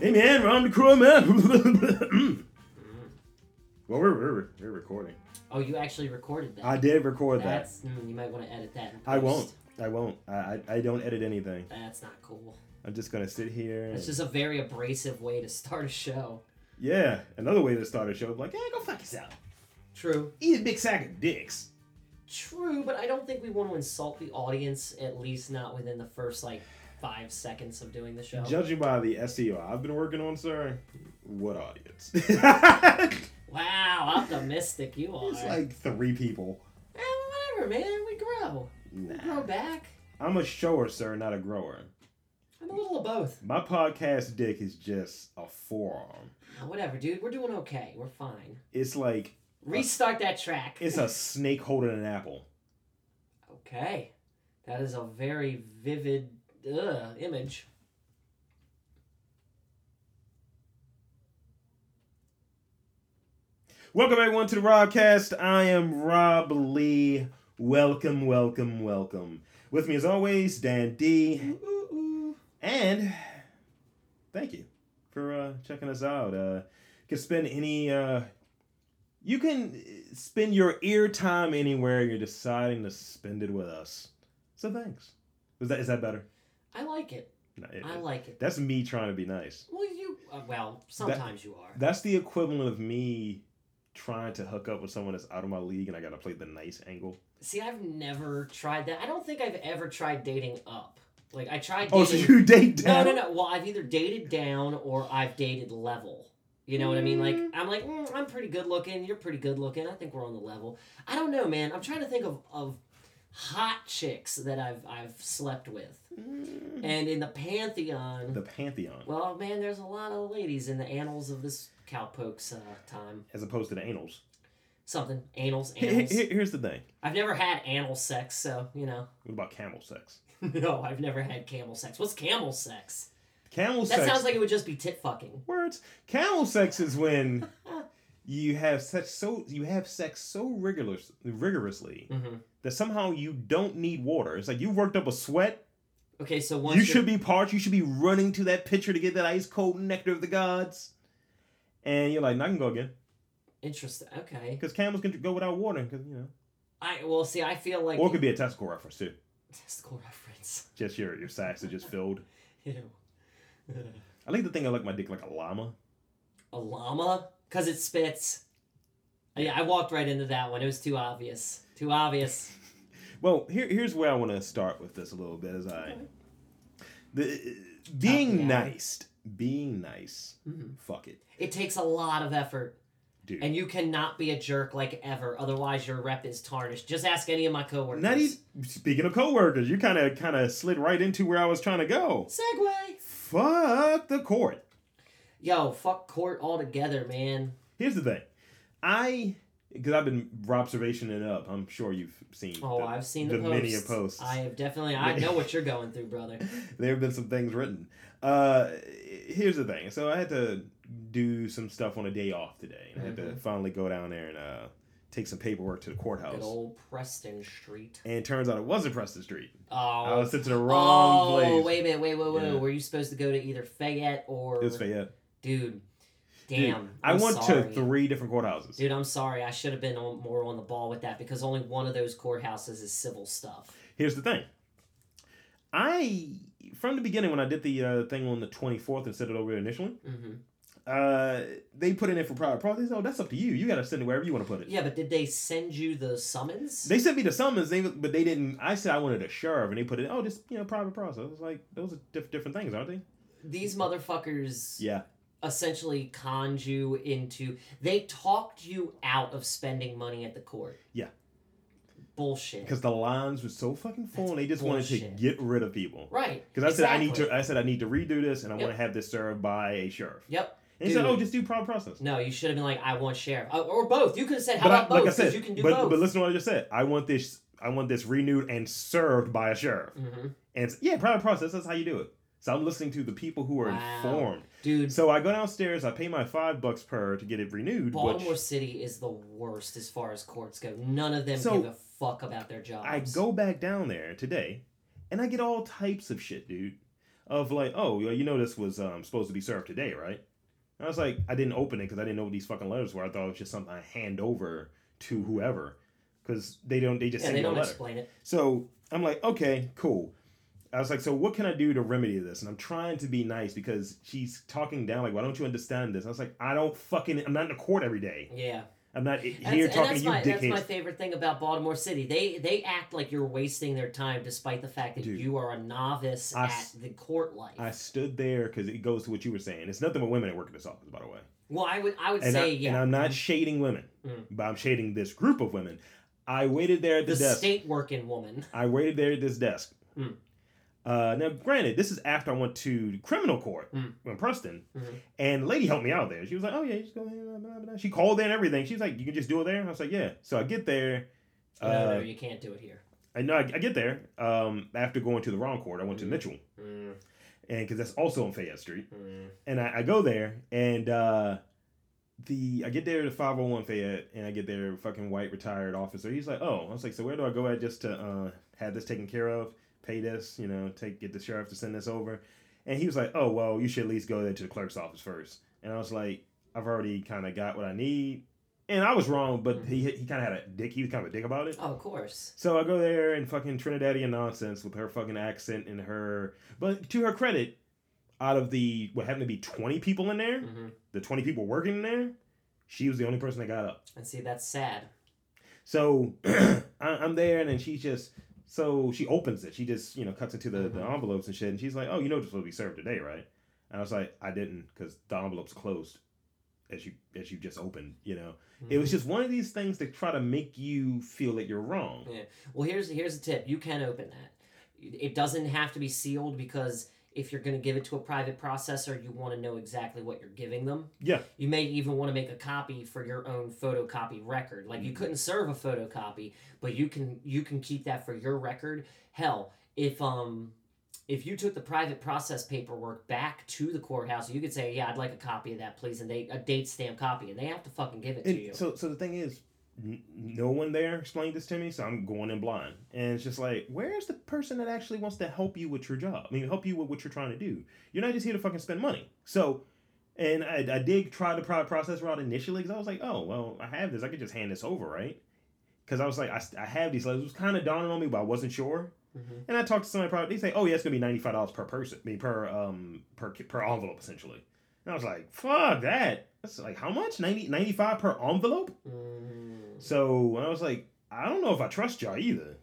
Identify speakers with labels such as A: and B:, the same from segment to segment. A: Hey man, Ron DeCroix, man. well, we're, we're, we're recording.
B: Oh, you actually recorded that.
A: I did record that.
B: That's mm, you might want to edit that. in
A: I won't.
B: post.
A: I won't. I, I, I don't edit anything.
B: That's not cool.
A: I'm just going to sit here. and-
B: It's just a very abrasive way to start a show.
A: yeah, another way to start a show. Like, yeah, go fuck yourself.
B: True.
A: Eat a big sack of dicks.
B: True, but I don't think we want to insult the audience. At least not within the first like five seconds of doing the show.
A: Judging by the SEO I've been working on, sir, what audience?
B: wow, optimistic you are.
A: it's like three people.
B: Eh, whatever, man. We grow. We grow
A: Nah.
B: back.
A: I'm a shower, sir, not a grower.
B: I'm a little of both.
A: My podcast dick is just a forearm.
B: Ah, Whatever, dude. We're doing okay. We're fine.
A: It's like
B: Restart that track.
A: it's a snake holding an apple.
B: Okay. That is a very vivid uh, image.
A: Welcome everyone to the Robcast. I am Rob Lee. Welcome, welcome, welcome. With me as always, Dan D. And thank you for uh, checking us out. Uh, you can spend any uh, you can uh, spend your ear time anywhere you're deciding to spend it with us. So thanks. Is that is that better?
B: I like it.
A: No, it-
B: I like it.
A: that's me trying to be nice.
B: Well, you. Uh, well, sometimes you are.
A: That's the equivalent of me trying to hook up with someone that's out of my league and I gotta play the nice angle.
B: See, I've never tried that. I don't think I've ever tried dating up. Like I tried. Dating...
A: Oh, so you date
B: No,
A: down?
B: no, no. Well, I've either dated down or I've dated level. You know what I mean? Like I'm like mm, I'm pretty good looking. You're pretty good looking. I think we're on the level. I don't know, man. I'm trying to think of of hot chicks that I've I've slept with,
A: Mm.
B: and in the pantheon.
A: The Pantheon,
B: Well, man, there's a lot of ladies in the annals of this cowpoke's uh, time.
A: as opposed to the anals.
B: Something annals,
A: Here- here-
B: annals.
A: here's the thing.
B: I've never had anal sex, so you know.
A: What about camel sex?
B: no, I've never had camel sex. What's camel sex?
A: Camel
B: That
A: sex.
B: sounds like it would just be tit fucking.
A: words. Camel sex is when you have sex so you have sex so rigorous, rigorously
B: hmm
A: that somehow you don't need water. It's like you've worked up a sweat.
B: Okay, so once
A: you
B: you're-
A: should be parched. You should be running to that pitcher to get that ice cold nectar of the gods. And you're like, "No, I can go again
B: Interesting. Okay.
A: because camels can go without water. 'cause, you know,
B: I well see. I feel like
A: or it could be a testicle reference too.
B: testicle reference.
A: Just your your sacks are just filled.
B: Ew.
A: I like to think I like my dick like a llama.
B: A llama, cause it spits. Yeah, I walked right into that one. It was too obvious. Too obvious.
A: Well, here, here's where I want to start with this a little bit. Is I the being
B: yeah.
A: nice, being nice.
B: Mhm.
A: Fuck it,
B: It takes a lot of effort,
A: dude.
B: and you cannot be a jerk like ever. Otherwise, your rep is tarnished. Just ask any of my coworkers.
A: Not even speaking of coworkers, you kind of kind of slid right into where I was trying to go.
B: Segway.
A: Fuck the court.
B: Yo, fuck court altogether, man.
A: Here's the thing, I because I've been observation it up. I'm sure you've seen.
B: Oh,
A: the-
B: I've seen the,
A: the
B: posts.
A: many a posts.
B: I have definitely. I know what you're going through, brother.
A: there have been some things written. Uh, here's the thing. So I had to do some stuff on a day off today, and I had to finally go down there and uh, take some paperwork to the
B: Mm-hmm. Good
A: courthouse.
B: old Preston Street.
A: And it turns out it wasn't Preston Street.
B: Oh,
A: I was sent to the wrong
B: oh,
A: place.
B: wait a minute, wait, wait, wait.
A: Yeah.
B: Were you supposed to go to either Fayette or
A: It was Fayette.
B: Dude,
A: Dude,
B: damn.
A: I
B: I'm
A: went
B: sorry.
A: to three different courthouses.
B: Dude, I'm sorry. I should have been on, more on the ball with that because only one of those courthouses is civil stuff.
A: Here's the thing. I from the beginning when I did the uh, thing on the 24th and sent it over initially,
B: hmm
A: uh, they put it in for private property. They said, Oh, that's up to you. You got to send it wherever you want to put it.
B: Yeah, but did they send you the summons?
A: They sent me the summons, they, but they didn't. I said I wanted a sheriff, and they put it. Oh, just you know, private process. It's like those are diff- different things, aren't they?
B: These motherfuckers
A: Yeah.
B: essentially conned you into. They talked you out of spending money at the court.
A: Yeah.
B: bullshit.
A: Because the lines were so fucking full,
B: That's
A: and they just wanted
B: bullshit.
A: to get rid of people.
B: Right.
A: Because I said I need
B: Exactly.
A: to. I said I need to redo this, and I
B: Yep.
A: want to have this served by a sheriff.
B: Yep.
A: And he said,
B: Dude.
A: "Oh, just do prompt process."
B: No, you should have been like, I want sheriff Uh, or both. You could have said,
A: but
B: how about
A: I,
B: both?
A: like I
B: 'Cause
A: said,
B: you can do
A: but
B: both.
A: but listen to what I just said. I want this. I want this renewed and served by a sheriff.
B: hmm
A: And it's, yeah, prompt process. That's how you do it. So I'm listening to the people who are
B: Wow.
A: informed.
B: Dude,
A: So I go downstairs. I pay my five bucks per to get it renewed.
B: Baltimore
A: which
B: City is the worst as far as courts go. None of them
A: So,
B: give a fuck about their jobs.
A: I go back down there today, and I get all types of shit, dude. Of like, oh, you know, this was um, supposed to be served today, right? And I was like, I didn't open it because I didn't know what these fucking letters were. I thought it was just something I hand over to whoever, because they don't. They just
B: Yeah,
A: send
B: they
A: you a
B: don't
A: letter.
B: explain it.
A: So I'm like, okay, cool. I was like, so what can I do to remedy this? And I'm trying to be nice because she's talking down, like, why don't you understand this? I was like, I don't fucking, I'm not in the court every day.
B: Yeah.
A: I'm not i-
B: That's,
A: here
B: and
A: talking
B: that's
A: to you
B: my that's my
A: dickheads.
B: favorite thing about Baltimore City. They they act like you're wasting their time despite the fact that
A: Dude.
B: you are a novice
A: I
B: at
A: s-
B: the court life.
A: I stood there because it goes to what you were saying. It's nothing but women that work in this office, by the way.
B: well, I would I would
A: And,
B: say
A: I,
B: yeah. Mm-hmm.
A: and I'm not shading women,
B: Mm.
A: but I'm shading this group of women. I waited there at the,
B: the
A: desk.
B: state working woman.
A: I waited there at this desk.
B: Mm.
A: Uh, now, granted, this is after I went to criminal court
B: Mm.
A: in Preston,
B: Mhm.
A: and the lady helped me out there. She was like, "Oh yeah, just go ahead." Blah, blah, blah. She called in and everything. She was like, "You can just do it there." I was like, "Yeah." So I get there. Uh,
B: no, no, you can't do it here.
A: I know I, I get there um, after going to the wrong court. I went
B: Mm.
A: to Mitchell,
B: Mm,
A: and because that's also on Fayette Street.
B: mm.
A: And I, I go there, and uh, the I get there to five hundred one Fayette, and I get there fucking white retired officer. He's like, "Oh," I was like, "So where do I go at just to uh, have this taken care of? Pay this, you know, take get the sheriff to send this over." And he was like, "Oh well, you should at least go there to the clerk's office first. And I was like, "I've already kind of got what I need," and I was wrong, but he he kind of had a dick. He was kind of a dick about it.
B: Oh, of course.
A: So I go there and fucking Trinidadian nonsense with her fucking accent and her. But to her credit, out of the what happened to be twenty people in there,
B: hmm
A: the twenty people working in there, she was the only person that got up.
B: And see, that's sad.
A: So I, I'm there and then she's just so she opens it. She just you know cuts into the, the
B: Mhm.
A: envelopes and shit. And she's like, "Oh, you know this will be served today, right?" And I was like, "I didn't because the envelopes closed as you as you just opened. You know, it was just one of these things that try to make you feel that you're wrong."
B: Well, here's here's a tip. You can open that. It doesn't have to be sealed because if you're going to give it to a private processor, you want to know exactly what you're giving them.
A: Yeah.
B: You may even want to make a copy for your own photocopy record. Like
A: Mm-hmm.
B: you couldn't serve a photocopy, but you can you can keep that for your record. Hell, if um if you took the private process paperwork back to the courthouse, you could say, "Yeah, I'd like a copy of that, please," and they a date stamp copy, and they have to fucking give it to
A: And
B: you.
A: So, so the thing is, n- no one there explained this to me, so I'm going in blind. And it's just like, where's the person that actually wants to help you with your job? I mean, help you with what you're trying to do. You're not just here to fucking spend money. So, and I, I did try the pro- process route initially because I was like, oh, well, I have this. I could just hand this over, right? Because I was like, I, st- I have these letters. It was kind of dawning on me, but I wasn't sure.
B: Mhm.
A: And I talked to somebody. Probably, they say, oh, yeah, it's going to be $95 per person, I mean, per, um, per, ki- per envelope, essentially. And I was like, fuck that. That's like, how much? 90, 95 per envelope?
B: Mm.
A: So and I was like, I don't know if I trust y'all either.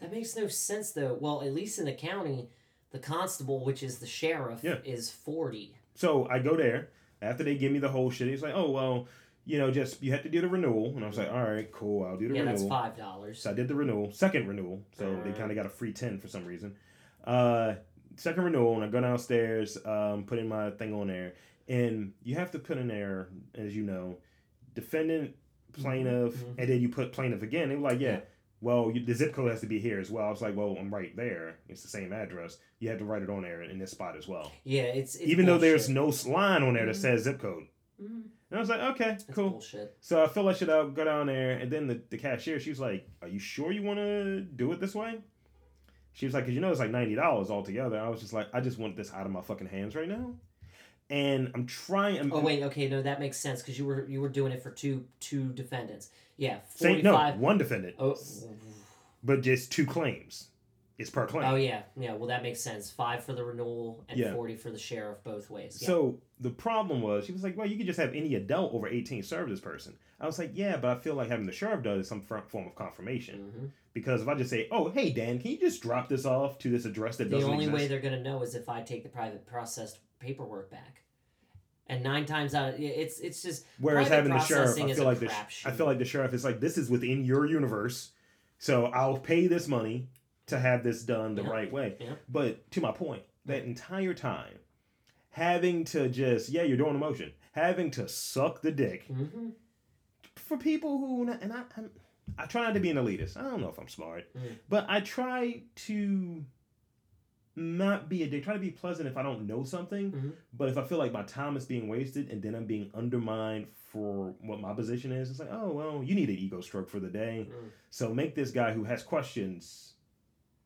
B: That makes no sense, though. Well, at least in the county, the constable, which is the sheriff,
A: Yeah.
B: is 40.
A: So I go there after they give me the whole shit. He's like, oh well, you know, just you have to do the renewal, and I was like, all right, cool, I'll do the
B: yeah,
A: renewal.
B: that's $5.
A: So I did the renewal, second renewal. So they
B: Alright.
A: kind of got a free ten for some reason. Uh, second renewal, and I go downstairs, um, put in my thing on there, and you have to put in there, as you know, defendant, plaintiff,
B: Mhm.
A: and then you put plaintiff again. They were like, yeah.
B: Yeah.
A: Well, you, the zip code has to be here as well. I was like, well, I'm right there. It's the same address. You have to write it on there in this spot as well.
B: yeah, it's, it's
A: Even though there's
B: bullshit.
A: no s- line on there that
B: Mhm.
A: says zip code.
B: Mhm.
A: And I was like, okay,
B: That's
A: cool.
B: bullshit.
A: So I fill that shit out, go down there, and then the, the cashier, she was like, Are you sure you want to do it this way? She was like, Because you know it's like $90 altogether. I was just like, I just want this out of my fucking hands right now. And I'm trying. I'm,
B: Oh wait, okay, no, that makes sense because you were you were doing it for two two defendants. Yeah,
A: Say, no,
B: forty-five.
A: one defendant,
B: Oh,
A: but just two claims. It's per claim.
B: oh yeah, yeah. Well, that makes sense. Five for the renewal and
A: Yeah.
B: forty for the sheriff, both ways. Yeah.
A: So the problem was, she was like, "Well, you could just have any adult over 18 serve this person." I was like, "Yeah, but I feel like having the sheriff does is some fr- form of confirmation
B: Mhm.
A: because if I just say, "Oh, hey Dan, can you just drop this off to this address that
B: the
A: doesn't
B: only
A: exist?"
B: way they're going to know is if I take the private processed paperwork back. And nine times out, of, yeah, it's it's just
A: Whereas
B: Private
A: having the sheriff,
B: processing
A: I
B: is
A: feel
B: a
A: like the sh- I
B: crapshoot.
A: feel like the sheriff is like this is within your universe, So I'll pay this money to have this done the
B: Yeah.
A: right way.
B: Yeah.
A: But to my point, that entire time, having to just, yeah, you're doing a motion, having to suck the dick
B: Mm-hmm.
A: for people who, and I, I'm, I try not to be an elitist. I don't know if I'm smart,
B: Mm.
A: but I try to not be a dick. Try to be pleasant if I don't know something.
B: Mhm.
A: But if I feel like my time is being wasted and then I'm being undermined for what my position is, it's like, oh well, you need an ego stroke for the day.
B: Mm.
A: So make this guy who has questions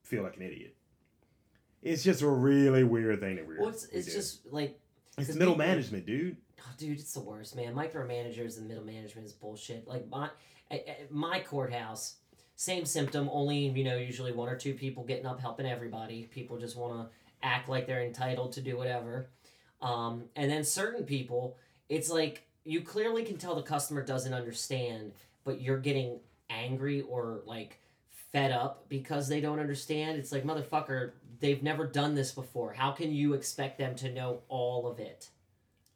A: feel like an idiot. It's just a really weird thing that we're.
B: Well, it's, it's
A: we do.
B: just like,
A: it's
B: because
A: middle
B: people-
A: management, dude.
B: oh, dude, it's the worst, man. Micromanagers and middle management is bullshit. Like my I- I- my courthouse, same symptom. Only you know, usually one or two people getting up helping everybody. People just want to act like they're entitled to do whatever. Um, and then certain people, it's like you clearly can tell the customer doesn't understand, but you're getting angry or like fed up because they don't understand. It's like, motherfucker, they've never done this before. How can you expect them to know all of it?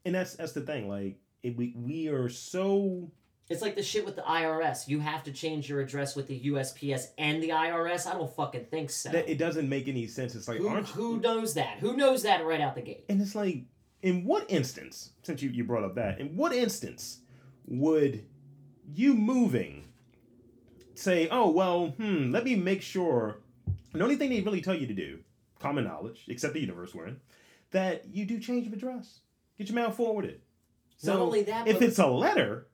A: And that's that's the thing. Like it, we we are so
B: It's like the shit with the IRS. You have to change your address with the USPS and the IRS. I don't fucking think so.
A: that it doesn't make any sense. It's like
B: who,
A: aren't
B: who knows that? Who knows that right out the gate?
A: And it's like, in what instance, since you, you brought up that, in what instance would you moving say, oh, well, hmm, let me make sure. and The only thing they really tell you to do, common knowledge, except the universe we're in, that you do change of address, get your mail forwarded. So
B: Not only that,
A: if
B: but
A: it's a letter,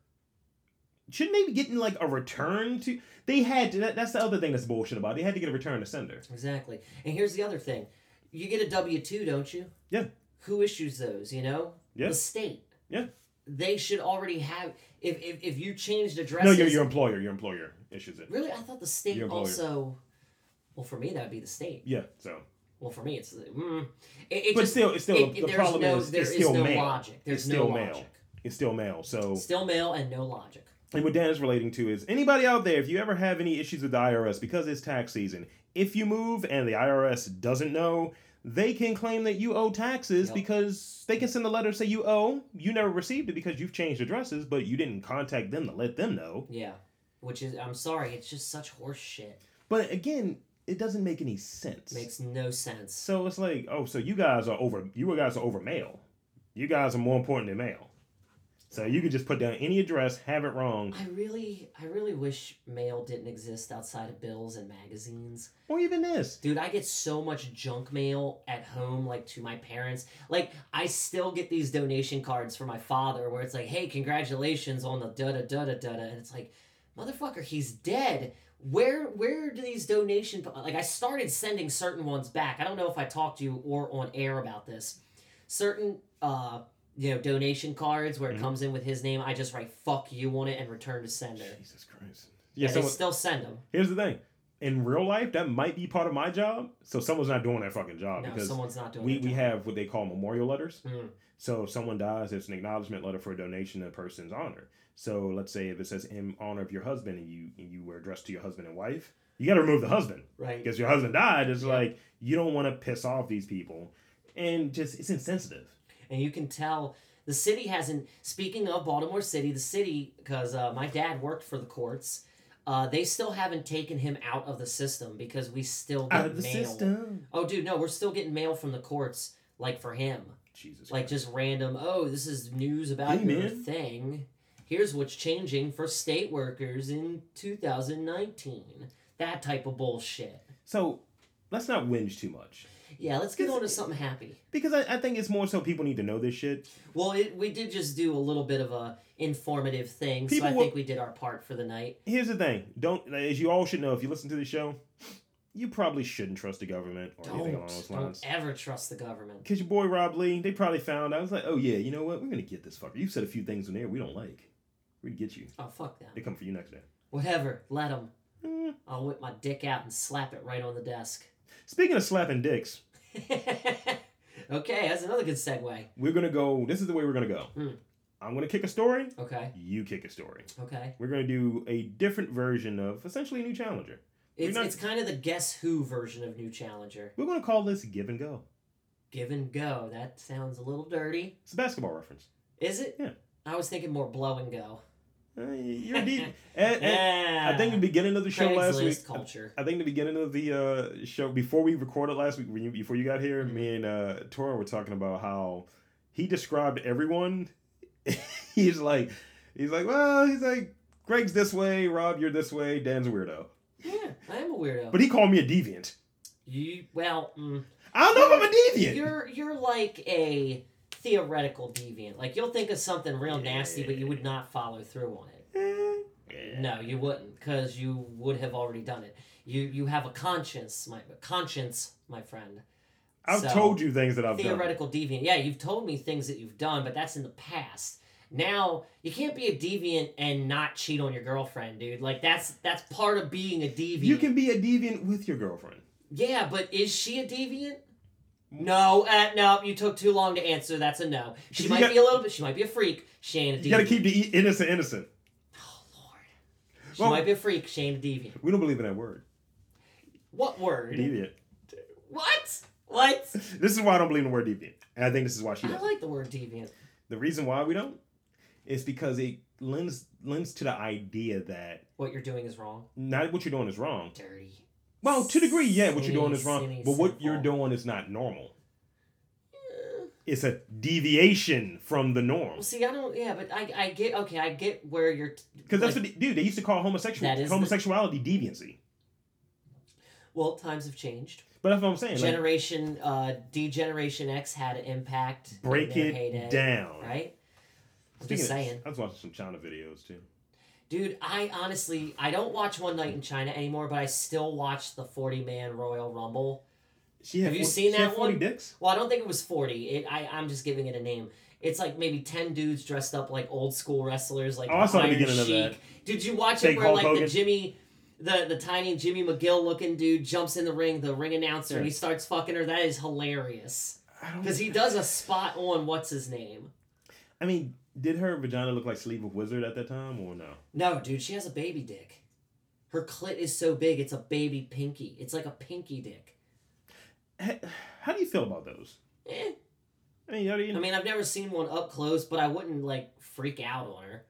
A: shouldn't they be getting like a return to? They had to, that, that's the other thing that's bullshit about. it. They had to get a return to sender.
B: Exactly. And here's the other thing. You get a W two, don't you?
A: Yeah.
B: Who issues those, you know?
A: Yeah.
B: The state.
A: Yeah.
B: They should already have if if, if you changed
A: No,
B: addresses
A: your your employer, your employer issues it.
B: Really? I thought the state
A: Your employer.
B: also well for me that would be the state.
A: Yeah, so.
B: Well for me it's mm, it, it
A: but
B: just
A: still, it's still
B: it- it-
A: the
B: there's
A: problem
B: no-
A: is
B: there
A: it's
B: is
A: still
B: no
A: male.
B: logic. There's
A: it's still
B: no
A: male.
B: logic.
A: It's still male. So,
B: still male and no logic.
A: and what Dan is relating to is anybody out there, if you ever have any issues with the IRS because it's tax season, if you move and the IRS doesn't know, they can claim that you owe taxes
B: Yep.
A: because they can send a letter say you owe. You never received it because you've changed addresses, but you didn't contact them to let them know.
B: Yeah. Which is I'm sorry, it's just such horse shit.
A: But again, it doesn't make any sense.
B: Makes no sense.
A: so it's like, oh, so you guys are over. You guys are over mail. You guys are more important than mail. So you could just put down any address, have it wrong,
B: I really I really wish mail didn't exist outside of bills and magazines.
A: or even this.
B: Dude, I get so much junk mail at home, like to my parents. Like, I still get these donation cards for my father where it's like, hey, congratulations on the da da da da da. And it's like, motherfucker, he's dead. Where where do these donation like I started sending certain ones back. I don't know if I talked to you or on air about this. Certain uh you know donation cards where it
A: Mhm.
B: comes in with his name, I just write fuck you on it and return to sender.
A: Jesus Christ.
B: Yeah,
A: Yeah.
B: they
A: So
B: still send them.
A: here's the thing. In real life, that might be part of my job. So someone's not doing that fucking job
B: No,
A: Oh, because
B: someone's not doing
A: we
B: their
A: we
B: job.
A: have what they call memorial letters.
B: Mm.
A: So if someone dies, it's an acknowledgement letter for a donation in a person's honor. So let's say if it says in honor of your husband and you and you were addressed to your husband and wife, you got to remove the husband.
B: right.
A: because your husband died it's
B: Yeah.
A: like you don't want to piss off these people and just it's insensitive
B: and you can tell the city hasn't speaking of baltimore city the city because uh, my dad worked for the courts uh, they still haven't taken him out of the system because we still get
A: out of the
B: mail.
A: system
B: oh dude no we're still getting mail from the courts like for him
A: jesus
B: like
A: like
B: just random oh this is news about
A: Hey,
B: your
A: man.
B: thing here's what's changing for state workers in 2019 that type of bullshit
A: so let's not whinge too much
B: yeah let's get
A: This-
B: on to something happy
A: because I, I think it's more so people need to know this shit
B: Well, it, we did just do a little bit of a informative thing, so
A: People
B: I
A: will-
B: think we did our part for the night.
A: here's the thing don't as you all should know if you listen to the show you probably shouldn't trust the government or anything along
B: Don't
A: those
B: don't
A: lines
B: ever trust the government.
A: because your boy rob lee they probably found i was like oh yeah you know what we're gonna get this fucker you said a few things in there we don't like we're gonna get you
B: Oh fuck them.
A: they come for you next day
B: Whatever, let them.
A: Mm.
B: I'll whip my dick out and slap it right on the desk.
A: speaking of slapping dicks
B: okay, that's another good segue.
A: We're gonna go. This is the way we're gonna go.
B: Hmm.
A: I'm gonna kick a story.
B: Okay,
A: You kick a story.
B: okay.
A: We're gonna do a different version of essentially a new challenger.
B: It's
A: not-
B: it's kind of the guess who version of New Challenger.
A: We're gonna call this give and go.
B: Give and go. That sounds a little dirty.
A: It's a basketball reference.
B: Is it?
A: Yeah.
B: I was thinking more blow and go.
A: Uh, you're deep. and, and
B: Yeah.
A: I think the beginning of the show last
B: Craigslist
A: week.
B: culture.
A: I think the beginning of the uh, show before we recorded last week, when you, before you got here,
B: Hmm.
A: me and uh, Tora were talking about how he described everyone. he's like, he's like, well, he's like, Greg's this way, Rob, you're this way, Dan's a weirdo.
B: Yeah, I am a weirdo.
A: But he called me a deviant.
B: you well, mm,
A: I don't know if I'm a deviant.
B: you're you're like a theoretical deviant. Like you'll think of something real nasty, but you would not follow through on it.
A: Eh.
B: No, you wouldn't, because you would have already done it. You you have a conscience, my conscience, my friend.
A: I've
B: So,
A: told you things that I've done.
B: Theoretical deviant. Yeah, you've told me things that you've done, but that's in the past. Now you can't be a deviant and not cheat on your girlfriend, dude. Like that's that's part of being a deviant.
A: You can be a deviant with your girlfriend.
B: Yeah, but is she a deviant? No, uh, no, you took too long to answer. That's a no. She
A: You
B: might
A: got-
B: be a little bit. She might be a freak. She ain't a deviant.
A: You got to keep the e- innocent innocent.
B: Oh lord. She
A: Well-
B: might be a freak. She ain't a deviant.
A: We don't believe in that word.
B: What word?
A: Deviant.
B: What? What?
A: This is why I don't believe in the word deviant, and I think this is why she
B: I
A: does.
B: like the word deviant.
A: The reason why we don't is because it lends lends to the idea that
B: What you're doing is wrong.
A: not what you're doing is wrong.
B: Dirty.
A: Well, to a degree, yeah, what you're doing is
B: Sinny,
A: wrong, but what
B: sinful.
A: you're doing is not normal.
B: Eh,
A: It's a deviation from the norm.
B: Well, see, I don't. Yeah, but I, I get. Okay, I get where you're. T-
A: Because that's
B: like,
A: what, dude, they used to call homosexual
B: That is the-
A: homosexuality deviancy.
B: well, times have changed.
A: But that's what I'm saying. Like,
B: Generation, uh, D Generation X had an impact. in
A: break
B: their
A: it
B: heyday,
A: down.
B: Right. I'm
A: Speaking
B: just
A: of-
B: saying,
A: I was watching some China videos too.
B: dude. I honestly, I don't watch One Night in China anymore, but I still watch the Forty Man Royal Rumble.
A: She had
B: Have you
A: 40
B: seen
A: she had
B: that
A: 40
B: one?
A: dicks?
B: Well, I don't think it was 40. It, I, I'm just giving it a name. It's like maybe 10 dudes dressed up like old school wrestlers, like
A: Oh, I saw the
B: Iron
A: beginning of
B: Sheik. Did you watch
A: Big
B: it where
A: Hulk
B: like
A: Hogan.
B: the Jimmy, the, the tiny Jimmy McGill looking dude jumps in the ring, the ring announcer, and he starts fucking her? That is hilarious.
A: I don't.
B: Because he does a spot on what's his name.
A: I mean, did her vagina look like sleeve of wizard at that time or no?
B: No, dude, she has a baby dick. Her clit is so big, it's a baby pinky. It's like a pinky dick.
A: H- How do you feel about those?
B: Eh.
A: I mean, how do you
B: I mean, I've never seen one up close, but I wouldn't like freak out on her.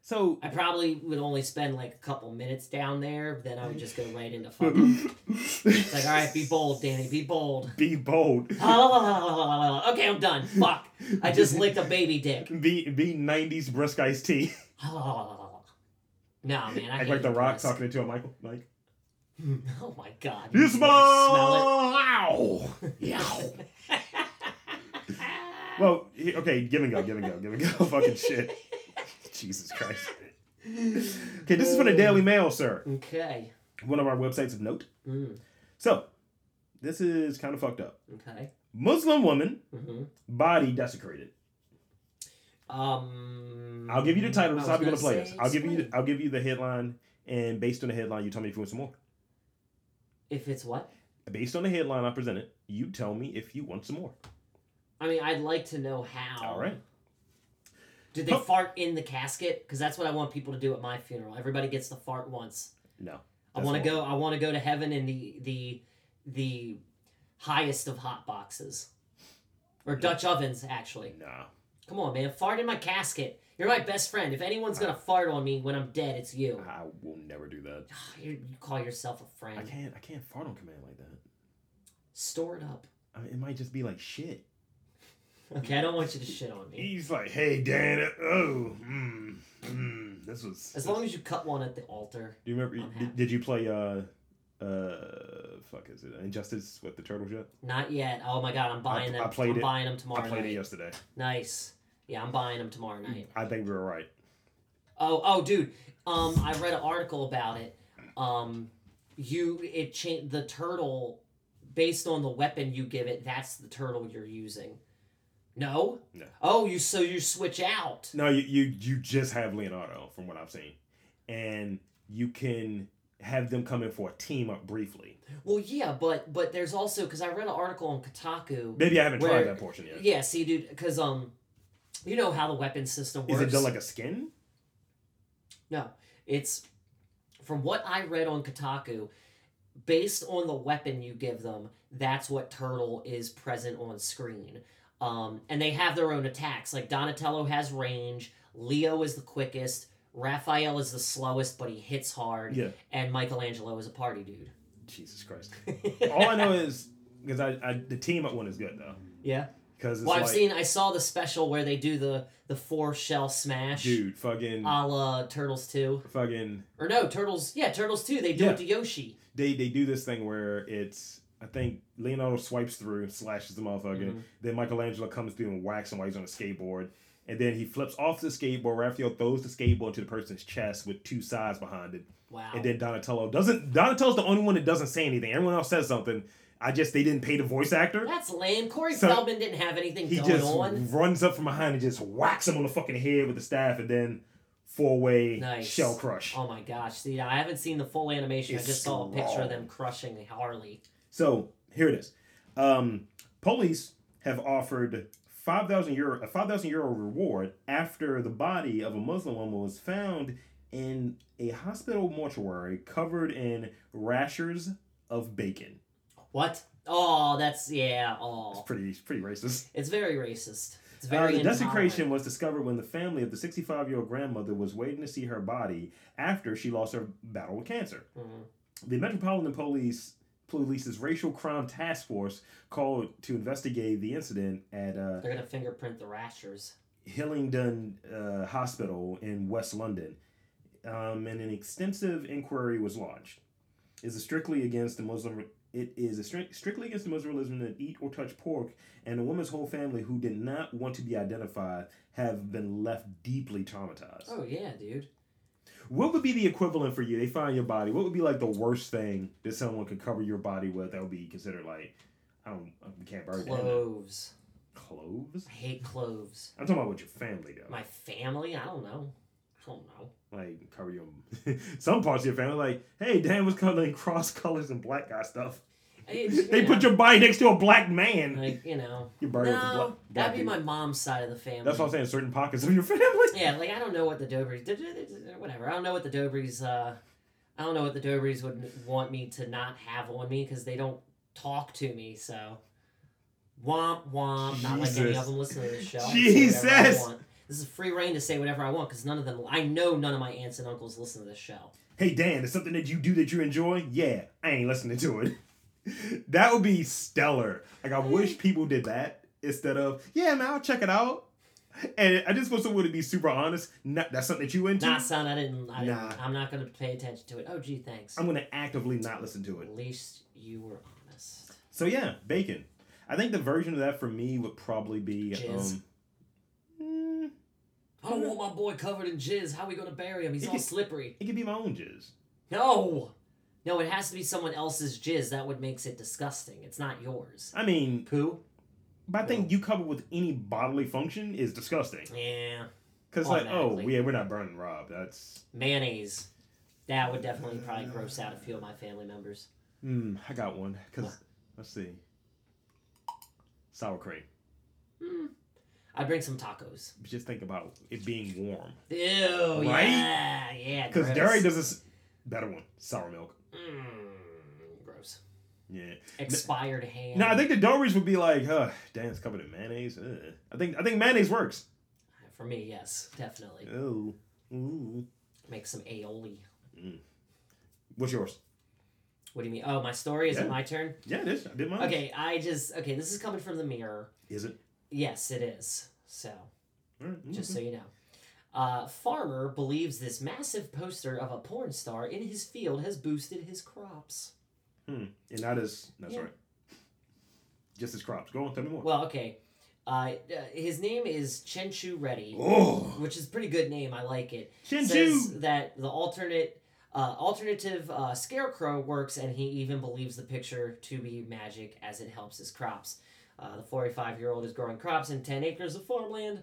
A: So
B: I probably would only spend like a couple minutes down there, then I would just go right into fucking. It's like, all right, be bold, Danny, be bold.
A: Be bold.
B: okay, I'm done. Fuck. I just licked a baby dick.
A: Be be nineties brisk iced tea.
B: nah, man. I
A: Act
B: hate
A: like the rock
B: breast.
A: talking to a Michael. Like
B: Oh my god.
A: you smell.
B: can smell
A: Ow. Yeah.
B: it.
A: well, he- okay. Give and go. Give and go. Give and go. Fucking shit. Jesus Christ. Okay, this is for the Daily Mail, sir.
B: Okay.
A: One of our websites of note.
B: Mm,
A: So, this is kind of fucked up.
B: okay.
A: Muslim woman
B: hmm
A: body desecrated.
B: Um.
A: I'll give you the title.
B: I
A: This is
B: was
A: how we're gonna
B: gonna
A: play
B: say
A: this. I'll give you.
B: explain.
A: I'll give you the headline, and based on the headline, you tell me if you want some more.
B: If it's what?
A: Based on the headline I presented, you tell me if you want some more.
B: I mean, I'd like to know how.
A: All right.
B: Did they
A: Huh.
B: fart in the casket? Because that's what I want people to do at my funeral. Everybody gets to fart once.
A: No.
B: I
A: That's
B: want
A: the
B: to go. I want to go to heaven in the the the highest of hot boxes, or Dutch ovens. Actually,
A: No.
B: come on, man, fart in my casket. You're my best friend. If anyone's gonna fart on me when I'm dead, it's you.
A: I will never do that.
B: You, you call yourself a
A: I
B: friend.
A: can't. I can't fart on command like that.
B: Store it up.
A: I mean, it might just be like shit.
B: Okay, I don't want you to shit on me.
A: He's like, hey Dan. Oh, mm, mm, this was.
B: As long as you cut one at the altar.
A: do you
B: I'm
A: remember?
B: happy.
A: Did, did you play? uh uh, fuck is it? Injustice with the turtles yet?
B: Not yet. Oh my god, I'm buying
A: I
B: them.
A: played
B: I'm
A: it.
B: buying them
A: I
B: tomorrow
A: played
B: night.
A: it yesterday.
B: Nice. Yeah, I'm buying them tomorrow night.
A: I think we were right.
B: Oh, oh, dude. Um, I read an article about it. Um, you it changed the turtle based on the weapon you give it. That's the turtle you're using. No.
A: No.
B: Oh, you so you switch out.
A: No, you, you you just have Leonardo from what I've seen, and you can have them come in for a team up briefly.
B: Well, yeah, but but there's also because I read an article on Kotaku.
A: Maybe I haven't
B: Where-
A: tried that portion yet.
B: Yeah, see, dude, because um, you know how the weapon system
A: Is
B: works.
A: it done like a skin?
B: No, it's from what I read on Kotaku. Based on the weapon you give them, that's what turtle is present on screen. Um, and they have their own attacks. Like Donatello has range. Leo is the quickest. Raphael is the slowest, but he hits hard.
A: Yeah.
B: And Michelangelo is a party dude.
A: Jesus Christ. All I know is because I, I the team up one is good though
B: yeah.
A: because it's
B: Well,
A: like
B: I've seen. I saw the special where they do the the four shell smash,
A: dude fucking
B: a la Turtles two,
A: fucking
B: or no Turtles. Yeah, Turtles two. They do
A: Yeah.
B: it to Yoshi.
A: they they do this thing where it's I think Leonardo swipes through slashes the motherfucker
B: Mhm.
A: then Michelangelo comes through and whacks him while he's on a skateboard and then he flips off the skateboard Raphael throws the skateboard to the person's chest with two sides behind it
B: Wow.
A: And then Donatello doesn't. Donatello's the only one that doesn't say anything. Everyone else says something. I just they didn't pay the voice actor.
B: That's lame. Corey
A: So-
B: Feldman didn't have anything
A: He
B: going
A: just
B: on.
A: runs up from behind and just whacks him on the fucking head with the staff, and then four way
B: Nice.
A: shell crush.
B: Oh my gosh! See, I haven't seen the full animation.
A: It's
B: I just saw a picture
A: strong.
B: of them crushing Harley.
A: So here it is. Um, police have offered five thousand euro a five thousand euro reward after the body of a Muslim woman was found in a hospital mortuary covered in rashers of bacon.
B: What? Oh, that's yeah.
A: It's
B: Oh,
A: pretty pretty racist.
B: it's very racist. It's
A: Uh,
B: very.
A: the desecration
B: intolerant.
A: was discovered when the family of the 65 year old grandmother was waiting to see her body after she lost her battle with cancer.
B: Mhm.
A: The Metropolitan Police Police's Racial Crime Task Force called to investigate the incident at uh,
B: They're gonna fingerprint the rashers.
A: Hillingdon uh, Hospital in West London, um, and an extensive inquiry was launched. Is it strictly against the Muslim? It is a stri- strictly against the Muslim religion to eat or touch pork, and the woman's whole family, who did not want to be identified, have been left deeply traumatized.
B: Oh yeah, dude.
A: What would be the equivalent for you? They find your body. What would be like the worst thing that someone could cover your body with that would be considered like, I don't, we can't bury that.
B: Cloves.
A: Cloves.
B: I hate cloves.
A: I'm talking about with your family though.
B: My family? I don't know. I don't know.
A: like cover your some parts of your family. Like, hey, Dan was coloring cross colors and black guy stuff.
B: It's-
A: They
B: you
A: put
B: know,
A: your body next to a black man.
B: like you know.
A: You're
B: No,
A: buried with a black, black
B: that'd be
A: dude.
B: my mom's side of the family.
A: That's what I'm saying. Certain pockets of your family.
B: Yeah, like I don't know what the Dobrys did, did- did- whatever. I don't know what the Dobrys uh I don't know what the Dobrys would want me to not have on me cuz they don't talk to me, so womp womp. Not like any
A: Jesus.
B: of them listen to this show. I can say whatever I
A: Jesus.
B: want. This is free reign to say whatever I want because none of them. I know none of my aunts and uncles listen to this show.
A: Hey, Dan, is something that you do that you enjoy? Yeah, I ain't listening to it. that would be stellar. Like, I
B: Mm.
A: wish people did that instead of, yeah, man, I'll check it out. And I just want someone to be super honest. Not, that's something that you into.
B: Nah, son, I didn't. I didn't
A: Nah.
B: I'm not going to pay attention to it. Oh, gee, thanks.
A: I'm going to actively not listen to it.
B: At least you were honest.
A: So yeah, bacon. I think the version of that for me would probably be
B: Jizz.
A: um mm,
B: I don't want my boy covered in jizz. How are we going to bury him? He's
A: You
B: all
A: can-
B: slippery.
A: it could be my own jizz.
B: No! No, it has to be someone else's jizz. That would makes it disgusting. It's not yours.
A: I mean,
B: Poo?
A: but I think you covered with any bodily function is disgusting.
B: Yeah.
A: Cause like, oh
B: Automatically.
A: yeah, we're not burning Rob. That's
B: Mayonnaise. That would definitely probably gross out a few of my family members.
A: mm, I got one. Cause let's see, sour cream.
B: Hmm. I'd bring some tacos.
A: Just think about it being warm.
B: Ew,
A: Right?
B: yeah. Yeah,
A: Cause
B: gross.
A: dairy does this better one. Sour milk.
B: Mm, gross.
A: Yeah.
B: Expired ham.
A: No, I think the Dories would be like, huh, damn, it's covered in mayonnaise. Ugh. I think I think mayonnaise works.
B: For me, yes, definitely.
A: Oh. Ooh.
B: Make some aioli.
A: What's yours?
B: What do you mean? Oh, my story? Is
A: Yeah.
B: it my turn?
A: Yeah, it is. I did mine.
B: Okay, I just. Okay, this is coming from the mirror.
A: Is it?
B: Yes, it is. So.
A: Alright,
B: just
A: okay.
B: so you know. Uh, farmer believes this massive poster of a porn star in his field has boosted his crops.
A: and that is that's
B: Yeah.
A: right. Just as crops. Go on, tell me more.
B: Well, okay. Uh, uh, his name is Chenchu Reddy,
A: oh,
B: which is a pretty good name. I like it. Says
A: Shinju.
B: that the alternate, uh, alternative uh, scarecrow works, and he even believes the picture to be magic as it helps his crops. Uh, the 45 year old is growing crops in 10 acres of farmland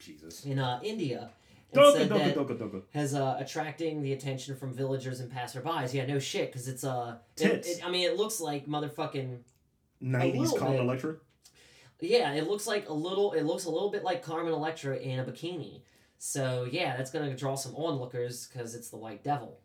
A: Jesus.
B: in uh, India. and
A: Doka
B: said
A: doka
B: that-
A: doka doka.
B: has uh, attracting the attention from villagers and passerbys. Yeah, no shit, because it's uh, it-
A: Tits.
B: it- I mean, it looks like motherfucking
A: Nineties
B: little
A: Carmen
B: bit.
A: Electra.
B: yeah. It looks like a little. It looks a little bit like Carmen Electra in a bikini. So yeah, that's gonna draw some onlookers because it's the White Devil.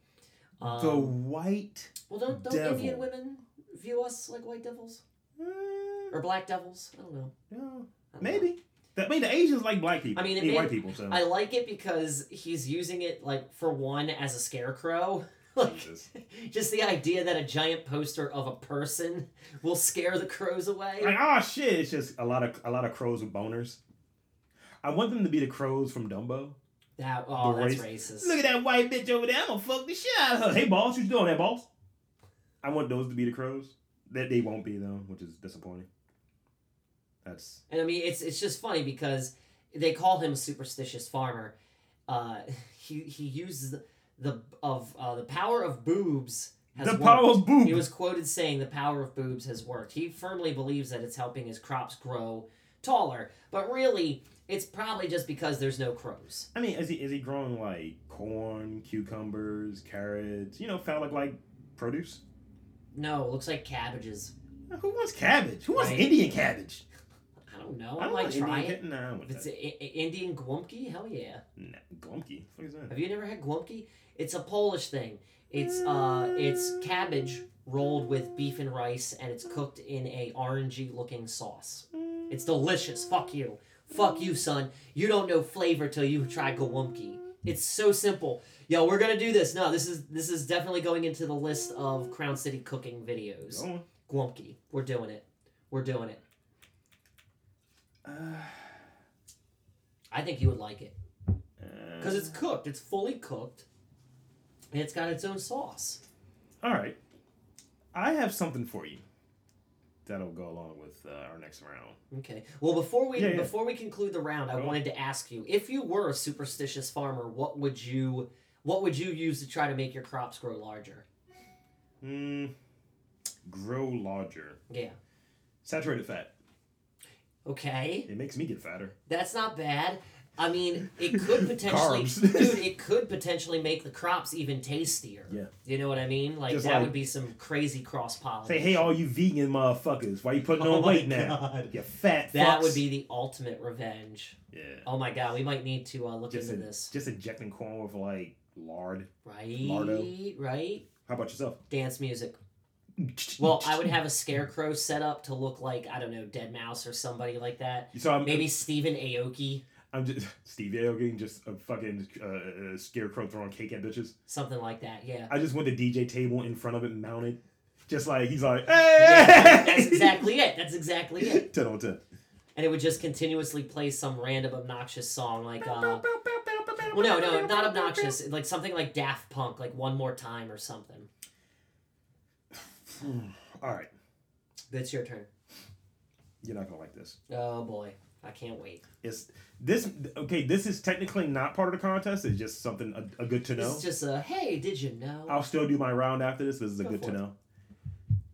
B: Um,
A: the white.
B: well, don't don't
A: Devil.
B: Indian women view us like White Devils
A: Mm,
B: or Black Devils? er, I don't know.
A: yeah,
B: I don't know.
A: maybe. That I mean, the Asians like black people.
B: I mean, it
A: Eat
B: made-
A: white people. So
B: I like it because he's using it like for one as a scarecrow. Like
A: Jesus.
B: just the idea that a giant poster of a person will scare the crows away.
A: like oh shit, it's just a lot of a lot of crows with boners. I want them to be the crows from Dumbo.
B: that oh,
A: The
B: that's racist.
A: Look at that white bitch over there. I'm gonna fuck the shit out of her. Hey boss, you doing that boss? I want those to be the crows. That they won't be though, which is disappointing. That's
B: And I mean, it's it's just funny because they call him a superstitious farmer. Uh, he he uses the, the of uh, the power of boobs. Has
A: the
B: worked.
A: power of boob.
B: He was quoted saying, "The power of boobs has worked." He firmly believes that it's helping his crops grow taller, but really, it's probably just because there's no crows.
A: I mean, is he is he growing like corn, cucumbers, carrots? You know, phallic like produce.
B: No, it looks like cabbages.
A: Who wants cabbage? Who wants
B: Right.
A: Indian cabbage?
B: I don't
A: I
B: know. I,
A: don't
B: might
A: want
B: try
A: Indian
B: it.
A: ca- No, I want
B: If it's
A: that.
B: a, I- I- Indian gwumpki, hell yeah.
A: Nah, glumky. What is that?
B: Have you never had gwumpki? It's a Polish thing. It's uh, it's cabbage rolled with beef and rice, and it's cooked in a orangey looking sauce. It's delicious. Fuck you. Fuck you, son. You don't know flavor till you try gwumpki. It's so simple. Yo, we're gonna do this. No, this is this is definitely going into the list of Crown City cooking videos.
A: Go on.
B: Gwumpki. We're doing it. We're doing it. I think you would like it.
A: Uh,
B: Because it's cooked. It's fully cooked. And it's got its own sauce.
A: all right. I have something for you that'll go along with uh, our next round.
B: Okay. Well, before we
A: Yeah, yeah.
B: before we conclude the round, I
A: Go on.
B: wanted to ask you if you were a superstitious farmer, what would you what would you use to try to make your crops grow larger?
A: Mm, grow larger.
B: Yeah.
A: Saturated fat.
B: Okay.
A: It makes me get fatter.
B: That's not bad. I mean, it could potentially,
A: Carbs.
B: dude. It could potentially make the crops even tastier.
A: Yeah.
B: You know what I mean? Like
A: Just
B: that
A: like-
B: would be some crazy cross pollination.
A: Say, hey, all you vegan motherfuckers, why you putting
B: Oh
A: on
B: my
A: weight now?
B: God.
A: You fat
B: that
A: fucks.
B: would be the ultimate revenge.
A: Yeah.
B: Oh my god, we might need to uh, look
A: just
B: into
A: in-
B: this.
A: just injecting corn with like lard.
B: Right,
A: Lardo.
B: right.
A: How about yourself?
B: Dance music. Well, I would have a scarecrow set up to look like I don't know, Dead Mouse or somebody like that.
A: So I'm
B: Maybe Stephen Aoki,
A: I'm just Steve Aoki, just a fucking uh, uh, scarecrow throwing cake at bitches.
B: something like that. Yeah.
A: I just want the DJ table in front of it mounted, just like he's like, hey,
B: Yeah, that's exactly it. That's exactly it.
A: ten on ten.
B: and it would just continuously play some random obnoxious song like uh well no no not obnoxious like something like daft punk like one more time or something
A: All right,
B: it's your turn
A: you're not gonna like this.
B: oh boy i can't wait
A: It's this okay. This is technically not part of the contest. It's just something a, a good to know.
B: it's just a hey did you know
A: I'll still do my round after this. This is a
B: Go
A: good
B: for
A: to
B: it.
A: know.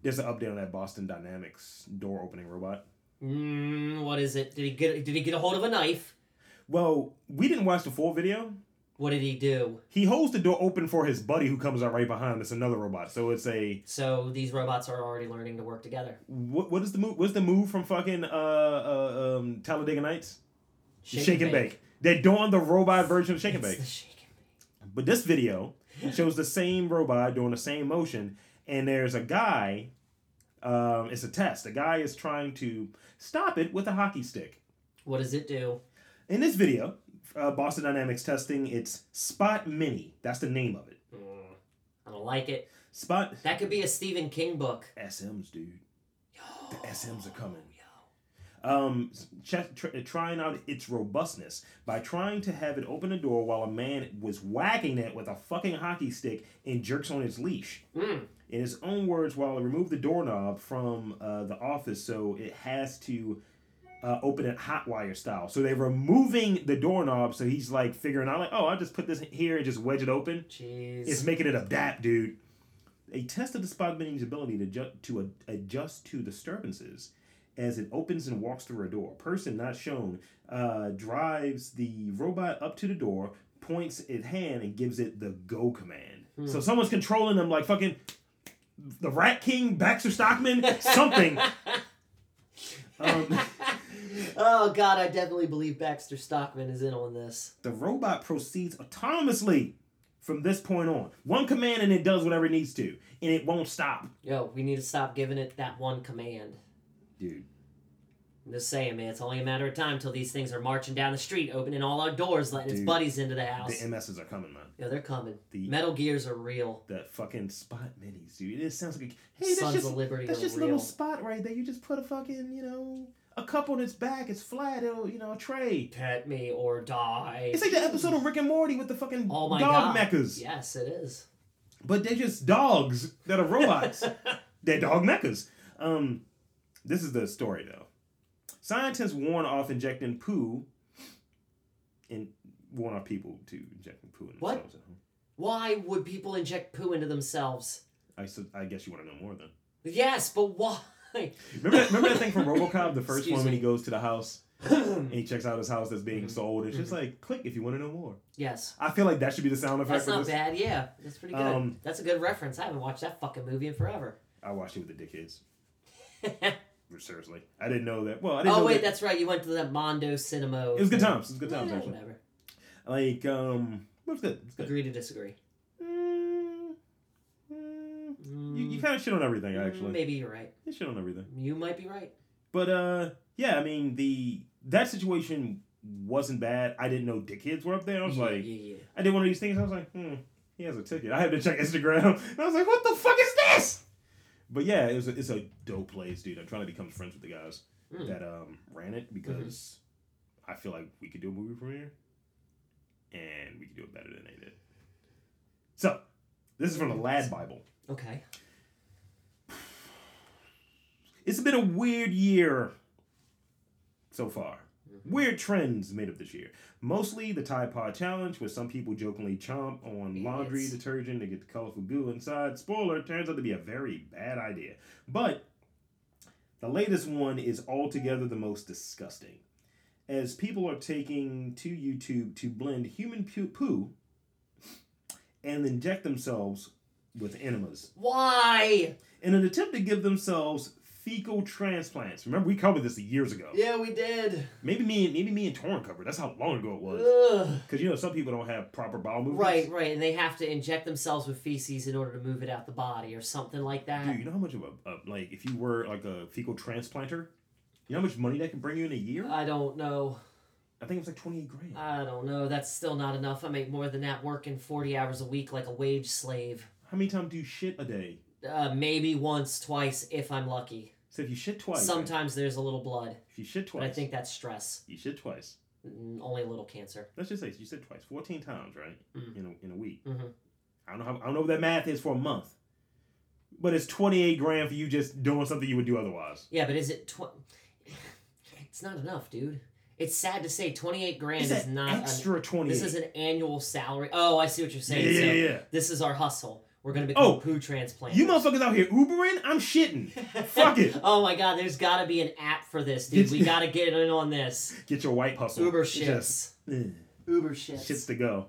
A: There's an update on that Boston Dynamics door opening robot.
B: mm, what is it did he get did he get a hold of a knife
A: Well, we didn't watch the full video.
B: what did he do
A: He holds the door open for his buddy who comes out right behind. It's another robot. So it's a
B: so these robots are already learning to work together
A: what, what is the move? What's the move from fucking uh, uh um Talladega Nights? Shake, and bake. They're doing the robot version of shake and
B: It's
A: bake.
B: the shake and bake
A: But this video shows the same robot doing the same motion, and there's a guy. Um, it's a test. A guy is trying to stop it with a hockey stick.
B: what does it do
A: In this video, uh, Boston Dynamics testing, it's Spot Mini. That's the name of it.
B: Mm, i don't like it
A: Spot
B: that could be a stephen king book
A: SMs, dude. The SMs are coming.
B: Yo.
A: Um, check, tr- trying out its robustness by trying to have it open the door while a man was whacking it with a fucking hockey stick and jerks on its leash.
B: Mm.
A: In his own words, while it removed the doorknob from uh, the office, so it has to uh, open it hot wire style. So they're removing the doorknob, so he's like figuring out, like, oh, I'll just put this here and just wedge it open.
B: jeez
A: It's making it adapt, dude. They tested the spot mini's ability to, ju- to a- adjust to disturbances as it opens and walks through a door. A person not shown uh, drives the robot up to the door, points at hand, and gives it the go command. So someone's controlling them like fucking the Rat King, Baxter Stockman, something. um,
B: Oh god, I definitely believe Baxter Stockman is in on this.
A: the robot proceeds autonomously from this point on. One command and it does whatever it needs to, and it won't stop.
B: Yo, we need to stop giving it that one command.
A: Dude.
B: I'm just saying, man, it's only a matter of time till these things are marching down the street, opening all our doors, letting its
A: Dude,
B: buddies into the house.
A: The MSs are coming, man.
B: yeah, they're coming.
A: The
B: Metal Gears are real.
A: the fucking spot minis, dude. It sounds like a, hey, that's
B: Sons
A: just
B: of Liberty
A: that's
B: are
A: just a
B: real.
A: little spot right there. You just put a fucking you know a cup on its back. It's flat. It'll you know a tray.
B: Pet me or die.
A: It's like the episode of Rick and Morty with the fucking
B: Oh my
A: dog
B: God.
A: mechas.
B: Yes, it is.
A: But they're just dogs that are robots. they're dog mechas. Um, this is the story though. Scientists warn off injecting poo, and warn off people to injecting poo in
B: What?
A: themselves. at home.
B: Why would people inject poo into themselves?
A: I su- I guess you want to know more then.
B: Yes, but why?
A: Remember that, remember that thing from RoboCop, the first
B: Excuse
A: one when
B: me.
A: he goes to the house and he checks out his house that's being
B: Mhm.
A: sold. It's just like click if you want to know more.
B: yes.
A: I feel like that should be the sound effect
B: That's
A: for
B: not
A: this.
B: bad, yeah. That's pretty good.
A: Um,
B: That's a good reference. I haven't watched that fucking movie in forever.
A: I watched it with the dickheads. Seriously, I didn't know that. Well, I didn't
B: oh
A: know
B: wait,
A: that.
B: that's right. You went to the Mondo Cinema.
A: It was good times. It was good times
B: Yeah,
A: actually.
B: Whatever.
A: Like um, it was good. It was good.
B: Agree to disagree.
A: Mm, mm, you you
B: Mm,
A: kind of shit on everything
B: mm,
A: actually.
B: Maybe you're right.
A: You shit on everything.
B: You might be right.
A: But uh, yeah, I mean the that situation wasn't bad. I didn't know dickheads were up there. I was
B: yeah,
A: like.
B: yeah, yeah.
A: I did one of these things. I was like, hmm, he has a ticket. I had to check Instagram. And I was like, what the fuck is this? But yeah, it was a, it's a dope place, dude. I'm trying to become friends with the guys
B: Mm.
A: that um ran it because I feel like we could do a movie premiere and we could do it better than they did. So, this is from the Lad Bible.
B: Okay.
A: It's been a weird year so far. Weird trends made up this year. Mostly the Tide Pod Challenge, where some people jokingly chomp on laundry
B: Idiots.
A: detergent to get the colorful goo inside. Spoiler, turns out to be a very bad idea. But the latest one is altogether the most disgusting. As people are taking to YouTube to blend human pu- poo and inject themselves with enemas
B: Why?
A: in an attempt to give themselves fecal transplants. Remember, we covered this years ago.
B: Yeah, we did.
A: Maybe me and maybe me and Torn covered. That's how long ago it was.
B: Ugh.
A: Because you know some people don't have proper bowel movements.
B: Right, right, and they have to inject themselves with feces in order to move it out the body or something like that.
A: Dude, you know how much of a, a like if you were like a fecal transplanter, you know how much money that can bring you in a year?
B: I don't know.
A: I think it was like twenty eight grand.
B: I don't know. That's still not enough. I make more than that working 40 hours a week like a wage slave.
A: how many times do you shit a day?
B: Uh, maybe once, twice, if I'm lucky.
A: So if you shit twice,
B: Sometimes there's a little blood,
A: if you shit
B: but
A: twice,
B: I think that's stress.
A: you shit twice.
B: Mm, Only a little cancer.
A: Let's just say you said twice, fourteen times, right?
B: Mm.
A: In a, in a week.
B: Mhm.
A: I don't know. How, I don't know what that math is for a month, but it's twenty eight grand for you just doing something you would do otherwise.
B: Yeah, but is it tw- It's not enough, dude. It's sad to say 28 grand
A: It's
B: is
A: an
B: not an,
A: extra twenty.
B: This is an annual salary. Oh, I see what you're saying.
A: Yeah,
B: so
A: yeah, yeah.
B: This is our hustle. We're going to become
A: Oh,
B: poo transplants.
A: You motherfuckers out here Ubering? I'm shitting. Fuck it.
B: oh my god, there's got to be an app for this, dude.
A: Did
B: We
A: you-
B: got to get in on this.
A: Get your white hustle.
B: Uber
A: It's
B: shits.
A: just, eh,
B: Uber shits.
A: Shits to go.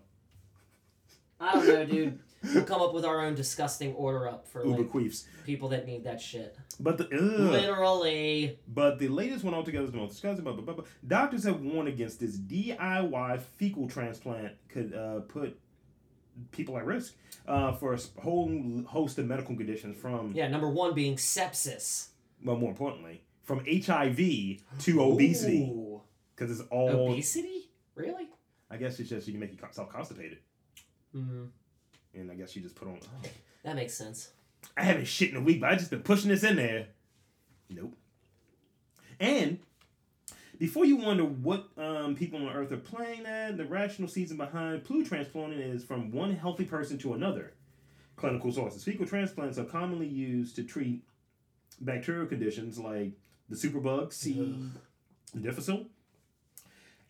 B: I don't know, dude. We'll come up with our own disgusting order up for
A: Uber
B: like,
A: queefs.
B: people that need that shit.
A: But the ugh.
B: Literally.
A: but the latest one altogether is the most disgusting. Blah, blah, blah, blah. Doctors have warned against this DIY fecal transplant could uh, put people at risk uh, for a s- whole host of medical conditions from
B: Yeah, number one being sepsis.
A: well, more importantly, from HIV to obesity
B: Ooh.
A: because it's all.
B: Obesity? Really?
A: I guess it's just you can make yourself constipated,
B: Hmm.
A: and I guess you just put on.
B: That makes sense.
A: I haven't shit in a week, but I just been pushing this in there. Nope. And before you wonder what um, people on Earth are playing at, the rational season behind poo transplanting is from one healthy person to another. Clinical sources: fecal transplants are commonly used to treat bacterial conditions like the superbug C. difficile.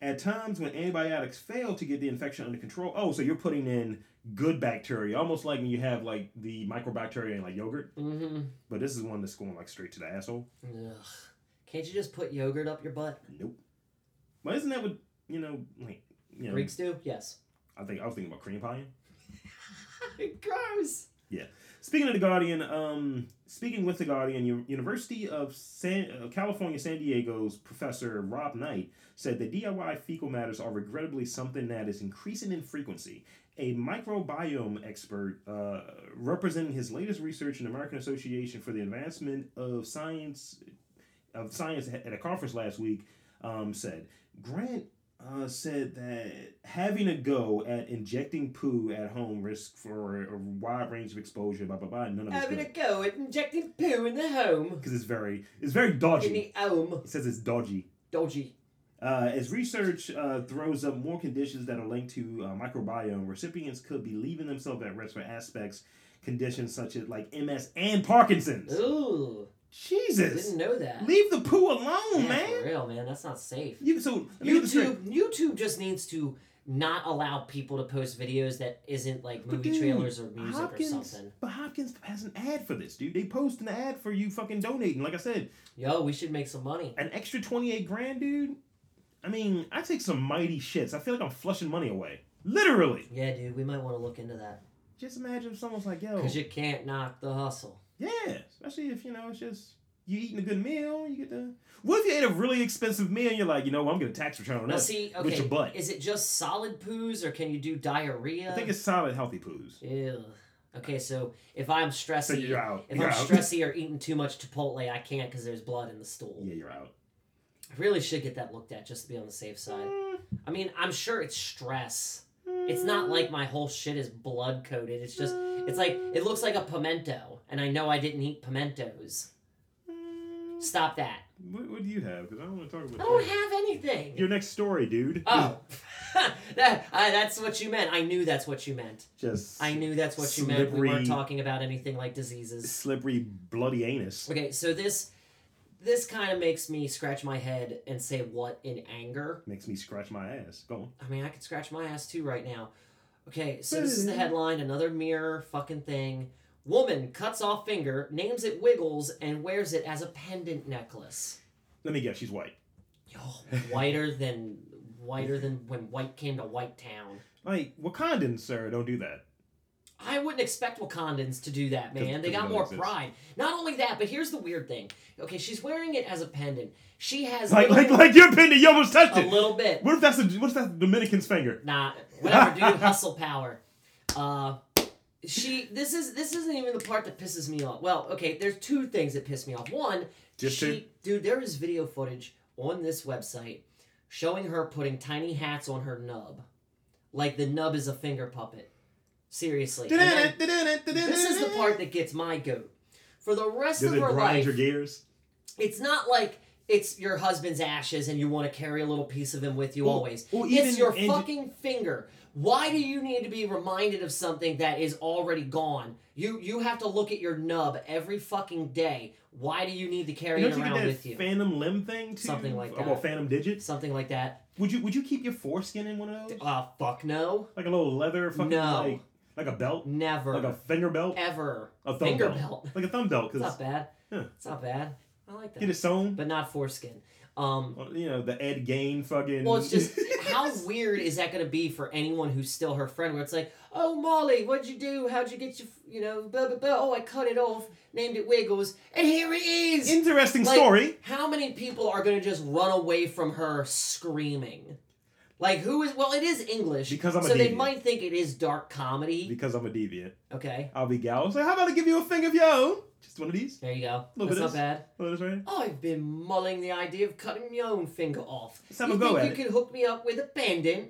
A: At times when antibiotics fail to get the infection under control, oh, so you're putting in good bacteria, almost like when you have like the microbacteria in like yogurt,
B: Mm-hmm.
A: but this is one that's going like straight to the asshole.
B: Ugh. Can't you just put yogurt up your butt?
A: Nope. But isn't that what you know? Like you know,
B: Greeks do? Yes.
A: I think I was thinking about cream pie.
B: Gross.
A: Speaking of the Guardian, um, speaking with the Guardian, U- University of San, uh, California, San Diego's professor Rob Knight said that DIY fecal matters are regrettably something that is increasing in frequency. A microbiome expert uh, representing his latest research in the American Association for the Advancement of Science of science at a conference last week um, said Grant uh, said that having a go at injecting poo at home risk for a wide range of exposure. Blah blah blah. None of it's
B: Having a
A: good
B: go at injecting poo in the home.
A: because it's very it's very
B: In
A: dodgy.
B: the home.
A: It says it's dodgy.
B: Dodgy.
A: Uh, as research uh, throws up more conditions that are linked to uh, microbiome, recipients could be leaving themselves at risk for aspects conditions such as like MS and Parkinson's.
B: Ooh.
A: Jesus,
B: Didn't know that.
A: leave the poo alone,
B: yeah,
A: man.
B: For real, man. That's not safe.
A: You so let me get this straight.
B: YouTube YouTube just needs to not allow people to post videos that isn't like
A: But
B: movie
A: dude,
B: trailers or music or
A: Hopkins,
B: something.
A: but Hopkins has an ad for this, dude. They post an ad for you fucking donating. Like I said,
B: Yo, we should make some money.
A: an extra twenty eight grand, dude. I mean, I take some mighty shits. I feel like I'm flushing money away, literally.
B: Yeah, dude, we might want to look into that.
A: Just imagine if someone's like, "Yo,
B: Because you can't knock the hustle.
A: Yeah, especially if you know it's just you eating a good meal, you get the. What if you ate a really expensive meal and you're like, you know, what, I'm gonna tax return on
B: Now,
A: that.
B: see,
A: with
B: okay,
A: your butt.
B: is it just solid poos or can you do diarrhea?
A: I think it's solid healthy poos.
B: Ew. Okay, so if I'm
A: So
B: stressy,
A: you're out.
B: if
A: you're
B: I'm
A: out.
B: stressy or eating too much Chipotle, I can't because there's blood in the stool.
A: yeah, you're out.
B: I really should get that looked at just to be on the safe side. I mean, I'm sure it's stress. It's not like my whole shit is blood coated. It's just, it's like, it looks like a pimento, and I know I didn't eat pimentos. Stop that.
A: What, what do you have? Because I don't want to talk
B: I
A: about
B: don't
A: that.
B: have anything.
A: your next story, dude.
B: oh, that, I, that's what you meant. I knew that's what you meant.
A: just
B: I knew that's what you meant. We weren't
A: Slippery.
B: talking about anything like diseases.
A: slippery bloody anus.
B: Okay, so this this kind of makes me scratch my head and say what in anger.
A: Makes me scratch my ass. Go on.
B: I mean, I could scratch my ass too right now. Okay, so this is the headline another mirror fucking thing. Woman cuts off finger, names it Wiggles, and wears it as a pendant necklace.
A: Let me guess. She's white.
B: Yo, whiter than whiter than when white came to White Town.
A: Like Wakandans, sir, don't do that.
B: I wouldn't expect Wakandans to do that, man. They
A: Because
B: got
A: they
B: more
A: don't exist.
B: pride. Not only that, but here's the weird thing. Okay, she's wearing it as a pendant. She has
A: Like, like, like your pendant. You almost touched
B: a
A: it.
B: little bit.
A: What if that's a, what if that's the Dominican's finger?
B: Nah, whatever, dude. hustle power. Uh, she. This is this isn't even the part that pisses me off. Well, okay. There's two things that piss me off. One,
A: Just
B: she, dude. There is video footage on this website showing her putting tiny hats on her nub, like the nub is a finger puppet. Seriously. And then- this is the part that gets my goat. For the rest
A: Does
B: of
A: it
B: her
A: grind
B: life,
A: your gears?
B: it's not like it's your husband's ashes and you want to carry a little piece of him with you
A: Or-
B: always.
A: or even-
B: it's your
A: and-
B: fucking finger. Why do you need to be reminded of something that is already gone? You you have to look at your nub every fucking day. Why do you need to carry
A: Don't
B: it
A: you get
B: around
A: that
B: with you?
A: phantom limb thing too?
B: Something like
A: Oh,
B: that.
A: Well, phantom digits.
B: Something like that.
A: Would you would you keep your foreskin in one of those?
B: Uh fuck no.
A: Like a little leather fucking
B: No.
A: like like a belt,
B: Never.
A: like a finger belt,
B: ever.
A: a thumb
B: finger
A: belt.
B: belt.
A: like a thumb belt.
B: It's
A: Cause
B: not bad.
A: Huh.
B: It's not bad. I like that.
A: get it sewn.
B: but not foreskin. Um,
A: Well, You know the Ed Gain fucking.
B: well, it's just how weird is that going to be for anyone who's still her friend? Where it's like, oh Molly, what'd you do? How'd you get your, f- you know, blah blah blah. Oh, I cut it off, named it Wiggles, and here it is.
A: interesting
B: Like-
A: story.
B: how many people are going to just run away from her screaming? Like who is? Well, it is English,
A: Because I'm a
B: so they
A: deviant.
B: might think it is dark comedy.
A: Because I'm a deviant,
B: Okay,
A: I'll be gal. So how about I give you a finger of your own? Just one of these.
B: there you go.
A: Little
B: That's
A: bit
B: not
A: is-
B: bad.
A: One of those right.
B: I've been mulling the idea of cutting my own finger off.
A: Let's have
B: you
A: a go
B: think
A: at
B: you
A: it.
B: could hook me up with a pendant?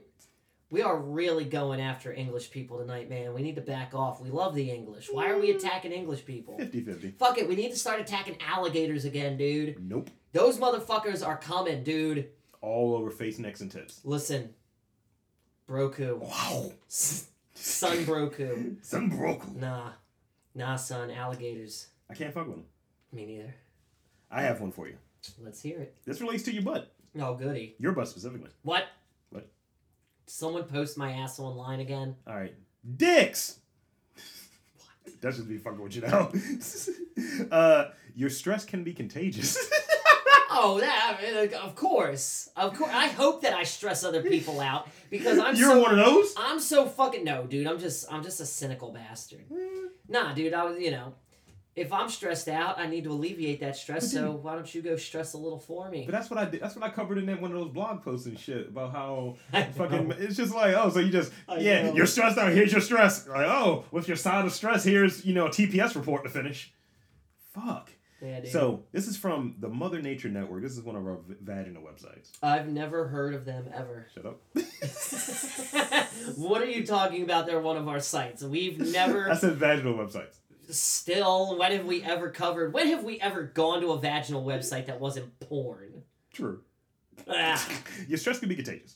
B: We are really going after English people tonight, man. We need to back off. We love the English. Why are we attacking English people?
A: 50-50.
B: Fuck it, we need to start attacking alligators again, dude.
A: Nope.
B: Those motherfuckers are coming, dude.
A: All over face, necks, and tips.
B: Listen, Broku.
A: Wow.
B: S- son Broku.
A: Some broke.
B: Nah. Nah, son. Alligators.
A: I can't fuck with them.
B: Me neither.
A: I have one for you.
B: Let's hear it.
A: This relates to your butt.
B: Oh, goody.
A: Your butt specifically.
B: What?
A: What?
B: Someone post my ass online again.
A: All right. Dicks! That should be fucking with you now. uh, your stress can be contagious.
B: Oh, that I mean, like, of course, of course. I hope that I stress other people out because I'm
A: You're
B: so
A: one of those?
B: I'm so fucking no, dude. I'm just I'm just a cynical bastard.
A: Hmm.
B: Nah, dude. I was you know, if I'm stressed out, I need to alleviate that stress. So why don't you go stress a little for me?
A: But that's what I did. That's what I covered in that one of those blog posts and shit about how
B: I
A: fucking.
B: know.
A: It's just like, oh, so you just,
B: I
A: yeah,
B: know.
A: you're stressed out. Here's your stress. Like, oh, with your side of stress, here's, you know, a TPS report to finish. Fuck.
B: Yeah, dude.
A: So this is from the Mother Nature Network. This is one of our v- vagina websites.
B: I've never heard of them ever.
A: Shut up.
B: what are you talking about? They're one of our sites. We've never
A: I said vaginal websites.
B: still when have we ever covered when have we ever gone to a vaginal website that wasn't porn
A: True.
B: Ah.
A: Your stress can be contagious.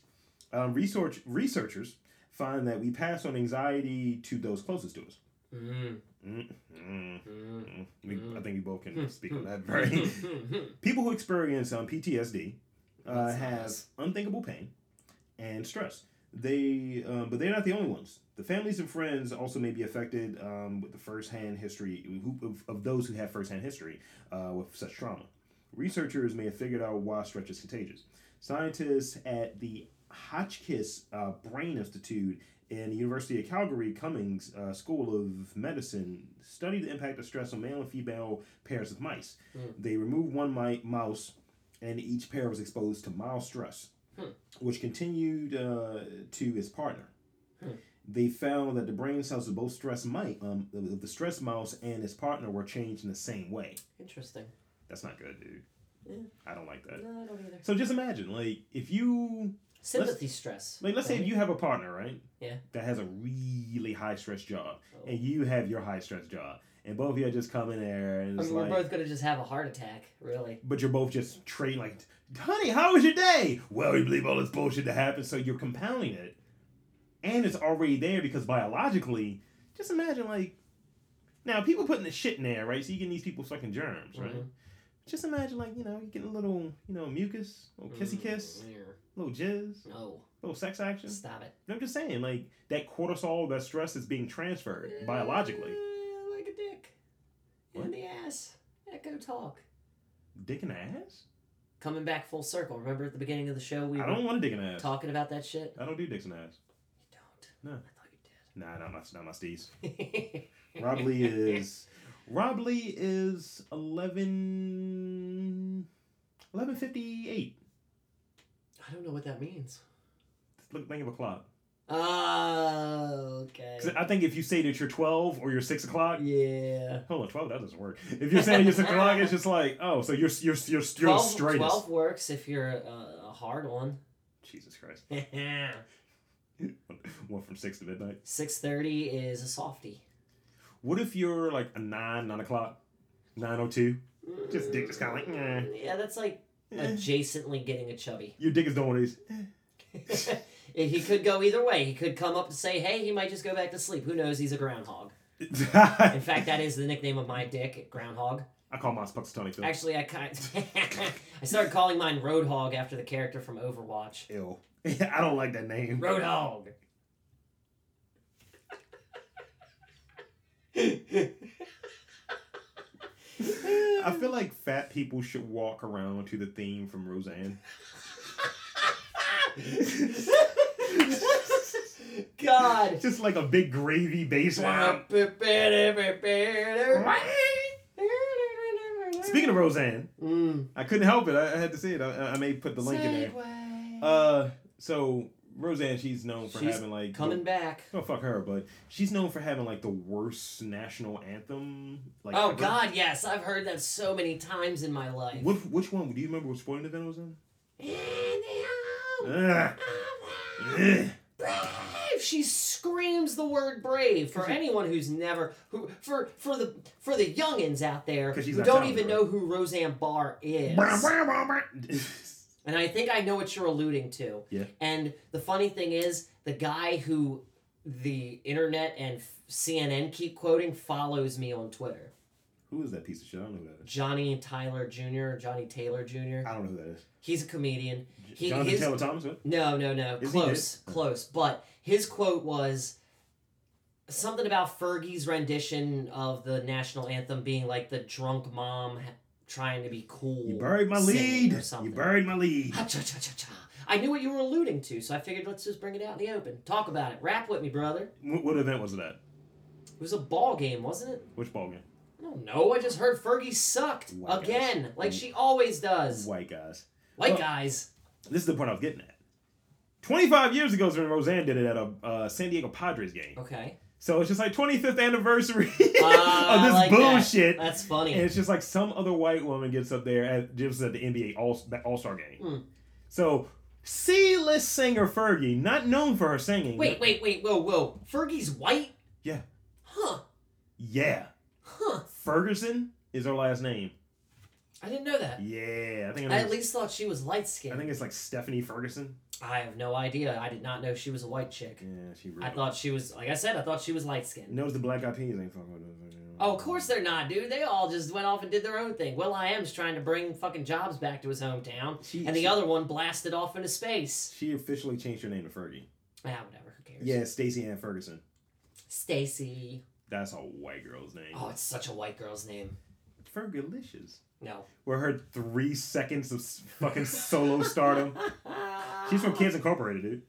A: Um, research researchers find that we pass on anxiety to those closest to us.
B: Mm,
A: Mm, mm,
B: mm,
A: mm. We, I
B: Mm.
A: think we both
B: Hmm,
A: can speak on that.
B: mm,
A: Very
B: mm, mm.
A: people who experience um, PTSD uh,
B: That's
A: have
B: nice.
A: unthinkable pain and stress. They, um, but they're not the only ones. The families and friends also may be affected um, with the firsthand history who, of, of those who have firsthand history uh, with such trauma. Researchers may have figured out why stress is contagious. Scientists at the Hotchkiss uh, Brain Institute and the University of Calgary Cummings uh, School of Medicine studied the impact of stress on male and female pairs of mice.
B: Mm.
A: They removed one mi- mouse, and each pair was exposed to mild stress,
B: Hmm.
A: which continued uh, to its partner.
B: Hmm.
A: They found that the brain cells of both stress mice, um, of the stress mouse and its partner, were changed in the same way.
B: interesting
A: That's not good, dude.
B: Yeah.
A: I don't like that.
B: no i don't either
A: So just imagine, like, if you
B: sympathy stress
A: like, let's say
B: right?
A: if you have a partner, right?
B: Yeah.
A: That has a really high stress job,
B: Oh.
A: and you have your high stress job, and both of you are just coming there, and
B: I
A: it's
B: mean,
A: like,
B: we're both gonna just have a heart attack really
A: but you're both just trading, like, honey, how was your day? Well, you believe all this bullshit that happened, so you're compounding it, and it's already there because biologically, just imagine, like, now people putting the shit in there, right? So you getting these people sucking germs, right?
B: Mhm.
A: Just imagine, like, you know, you getting a little, you know, mucus, little kissy kiss,
B: Mm, yeah.
A: little jizz,
B: no
A: little sex action.
B: stop it
A: I'm just saying, like that cortisol, that stress is being transferred biologically.
B: Eh, like a dick in
A: What?
B: the ass echo talk
A: Dick and ass?
B: coming back full circle remember at the beginning of the show we
A: I
B: were
A: don't want to dick and ass.
B: talking about that shit
A: I don't do dicks and ass.
B: you don't
A: No.
B: i thought you did
A: Nah, not my, not my steez. Rob
B: Rob
A: Lee is Rob Lee is 11 1158.
B: I don't know what that means.
A: Look, think of a clock.
B: Oh, okay.
A: 'Cause I think if you say that you're 12 or you're 6 o'clock,
B: Yeah.
A: hold on, 12, that doesn't work. If you're saying you're 6 o'clock, it's just like, oh, so you're, you're, you're, you're the
B: 12,
A: straightest.
B: 12 works if you're a, a hard one.
A: Jesus Christ.
B: 6.30
A: One from 6 to midnight.
B: is a softie.
A: What if you're like a nine, nine o'clock, nine o two? Just dick, just kinda like,
B: Mm, Yeah, that's like adjacently getting a chubby.
A: Eh, Your dick is doing these. eh.
B: he could go either way. He could come up and say, hey, he might just go back to sleep. Who knows? He's a groundhog. In fact, that is the nickname of my dick, Groundhog.
A: I call mine Puxatonic Phil.
B: Actually, I kind I started calling mine Roadhog after the character from Overwatch.
A: Ew. I don't like that name.
B: Roadhog.
A: I feel like fat people should walk around to the theme from Roseanne.
B: God.
A: Just like a big gravy baseline. Speaking of Roseanne,
B: Mm.
A: I couldn't help it. I, I had to see it. I, I- I may put the link in there.
B: Segway.
A: eh? Uh, so Roseanne, she's known for
B: She's
A: having like
B: coming back.
A: Oh fuck her, but she's known for having like the worst national anthem. Like
B: Oh
A: ever.
B: God, yes, I've heard that so many times in my life.
A: What, which one? Do you remember which sporting event it was in?
B: In the arms
A: Ugh.
B: of love.
A: Ugh.
B: brave. She screams the word brave for
A: Cause you-
B: anyone who's never who for for the for the youngins out there
A: 'Cause she's
B: who
A: not
B: don't
A: talented,
B: even
A: right?
B: know who Roseanne Barr is. and I think I know what you're alluding to.
A: Yeah.
B: And the funny thing is, the guy who the internet and f- CNN keep quoting follows me on Twitter.
A: who is that piece of shit? I don't know who that is.
B: Johnny Tyler Jr. Johnny Taylor Jr.
A: I don't know who that is.
B: He's a comedian. He-
A: Jonathan
B: his-
A: Taylor Thomas. What?
B: No, no, no.
A: he
B: close, close. But his quote was something about Fergie's rendition of the national anthem being like the drunk mom ha- trying to be cool.
A: You buried my
B: singing
A: lead.
B: Or something.
A: You buried my lead.
B: Ha, cha, cha, cha, cha. I knew what you were alluding to, so I figured let's just bring it out in the open. Talk about it. Rap with me, brother.
A: What, what event was that?
B: It was a ball game, wasn't it?
A: Which ball game?
B: I don't know. I just heard Fergie sucked
A: White guys.
B: again, like she always does.
A: White guys.
B: White
A: Mm. Well-
B: guys.
A: This is the point I was getting at. Twenty-five years ago is when Roseanne did it at a uh, San Diego Padres game.
B: Okay.
A: So it's just like 25th anniversary
B: Ah,
A: of
B: I
A: this
B: like that.
A: bullshit.
B: That's
A: And
B: funny.
A: it's just like some other white woman gets up there at just at the NBA All All Star game.
B: Hmm.
A: So C-list singer Fergie, not known for her singing.
B: Wait, wait, wait, whoa, whoa. Fergie's white?
A: Yeah.
B: Huh.
A: Yeah,
B: Huh.
A: Ferguson is her last name.
B: I didn't know that.
A: Yeah, I think her
B: I at
A: name's-
B: least thought she was light skinned.
A: I think it's like Stephanie Ferguson.
B: I have no idea. I did not know she was a white chick.
A: Yeah, she.
B: I
A: Really
B: thought she was, like I said, I thought she was light skinned.
A: knows the Black Eyed Peas ain't fucking with us. right now.
B: Oh, of course they're not, dude. They all just went off and did their own thing. Will I am's trying to bring fucking jobs back to his hometown,
A: She,
B: and the
A: she-
B: other one blasted off into space.
A: She officially changed her name to Fergie.
B: Ah, whatever. Who cares?
A: Yeah, Stacey Ann Ferguson.
B: Stacy.
A: That's a white girl's name.
B: Oh, it's such a white girl's name.
A: Fergalicious.
B: No.
A: Were her three seconds of s- fucking solo stardom. She's from Kids Incorporated, dude.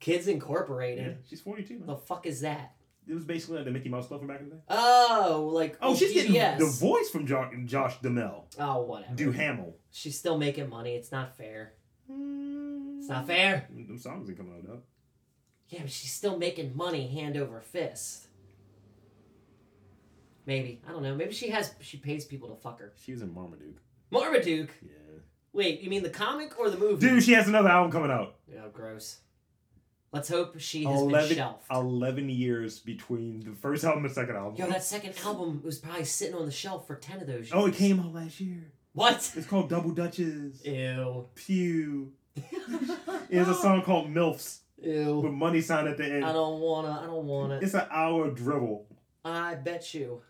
B: Kids
A: Yeah,
B: Incorporated.
A: she's 42, man.
B: The fuck is that?
A: It was basically like the Mickey Mouse stuff from back in the day.
B: Oh, like
A: Oh, she's getting
B: yes.
A: the voice from jo- Josh Duhamel.
B: Oh, whatever.
A: Duhamel.
B: She's still making money. It's not fair.
A: It's
B: It's not fair.
A: Mm. Them songs ain't coming out, though.
B: Yeah, but she's still making money hand over fist. Maybe. I don't know. Maybe she has she pays people to fuck her.
A: She was in Marmaduke.
B: Marmaduke.
A: Yeah.
B: Wait, you mean the comic or the movie?
A: Dude, she has another album coming out.
B: Oh, gross. Let's hope she has been
A: 11
B: shelved.
A: 11 years between the first album and second album.
B: Yo, that second album was probably sitting on the shelf for ten of those. Years.
A: oh, it came out last year.
B: What?
A: It's called Double Dutches.
B: Ew.
A: Pew. It has a song called MILFs with
B: Ew.
A: money sign at the end.
B: Ah. I don't wanna. I don't want it.
A: It's an hour dribble.
B: I bet you.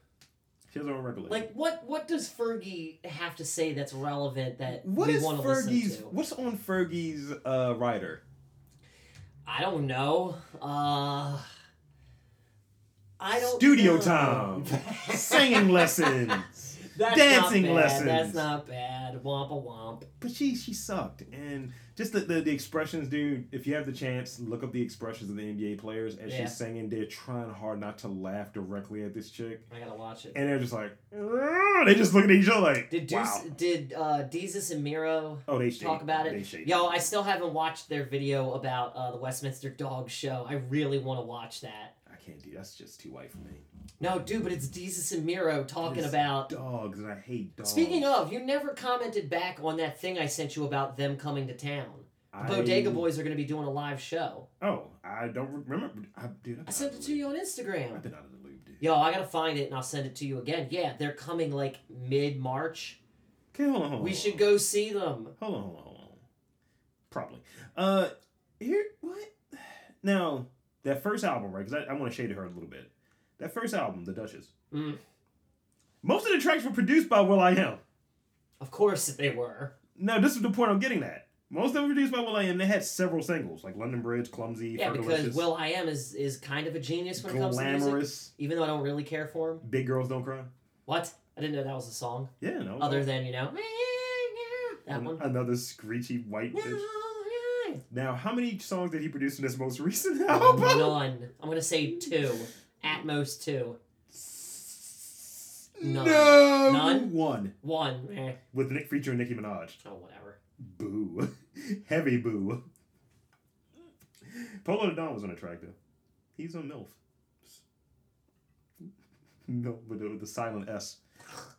A: She has her own record label.
B: Like, what? What does Fergie have to say that's relevant that
A: What
B: we
A: is
B: want to listen
A: Fergie's?
B: to?
A: What's on Fergie's uh, rider?
B: I don't know. Uh, I don't.
A: Studio
B: know.
A: time, singing lessons.
B: That's
A: dancing
B: not bad.
A: lessons.
B: That's not bad. Womp a womp.
A: But she she sucked, and just the, the the expressions, dude. If you have the chance, look up the expressions of the NBA players as
B: Yeah.
A: she's singing. They're trying hard not to laugh directly at this chick,
B: I gotta watch it.
A: and they're just like, "Ugh," they just look at each other like,
B: Did Deuce,
A: wow.
B: did uh, Desus and Miro
A: Oh, they shake.
B: talk about
A: They
B: it?
A: shake.
B: Yo, I still haven't watched their video about uh, the Westminster Dog Show. I really want to watch that.
A: I can't do. That's just too white for me.
B: No, dude, but it's Desus and Miro talking
A: It's
B: about.
A: Dogs, and I hate dogs.
B: Speaking of, you never commented back on that thing I sent you about them coming to town. The Bodega
A: I-
B: Boys are going to be doing a live show.
A: Oh, I don't remember. I, dude,
B: I sent it to you on Instagram.
A: I've been out of the loop, dude.
B: Yo, I gotta find it and I'll send it to you again. Yeah, they're coming like mid March.
A: Okay, hold on, hold on.
B: We
A: hold
B: should
A: on.
B: go see them.
A: Hold on, hold on, hold on. Probably. Uh, here, what? Now, that first album, right? Because I, I want to shade her a little bit. That first album, The Duchess.
B: Mm.
A: Most of the tracks were produced by Will I Am.
B: Of course they were.
A: No, this is the point I'm getting at. Most of them were produced by Will I Am. They had several singles, like London Bridge, Clumsy,
B: Yeah, because
A: Fergalicious,
B: Will I Am is is kind of a genius when it comes to music.
A: Glamorous,
B: Even though I don't really care for him.
A: Big Girls Don't Cry.
B: What? I didn't know that was a song.
A: Yeah, no.
B: Other than, you know, that
A: An-
B: one.
A: Another screechy white bitch. Now, how many songs did he produce in his most recent
B: Oh,
A: album?
B: None. I'm gonna say two. At most two. None.
A: No.
B: None?
A: One.
B: One. Eh.
A: With Nick Feature and Nicki Minaj.
B: Oh, whatever.
A: Boo. Heavy boo. Polo the Don was on a track, though. He's on MILF. No, with the, with the silent S.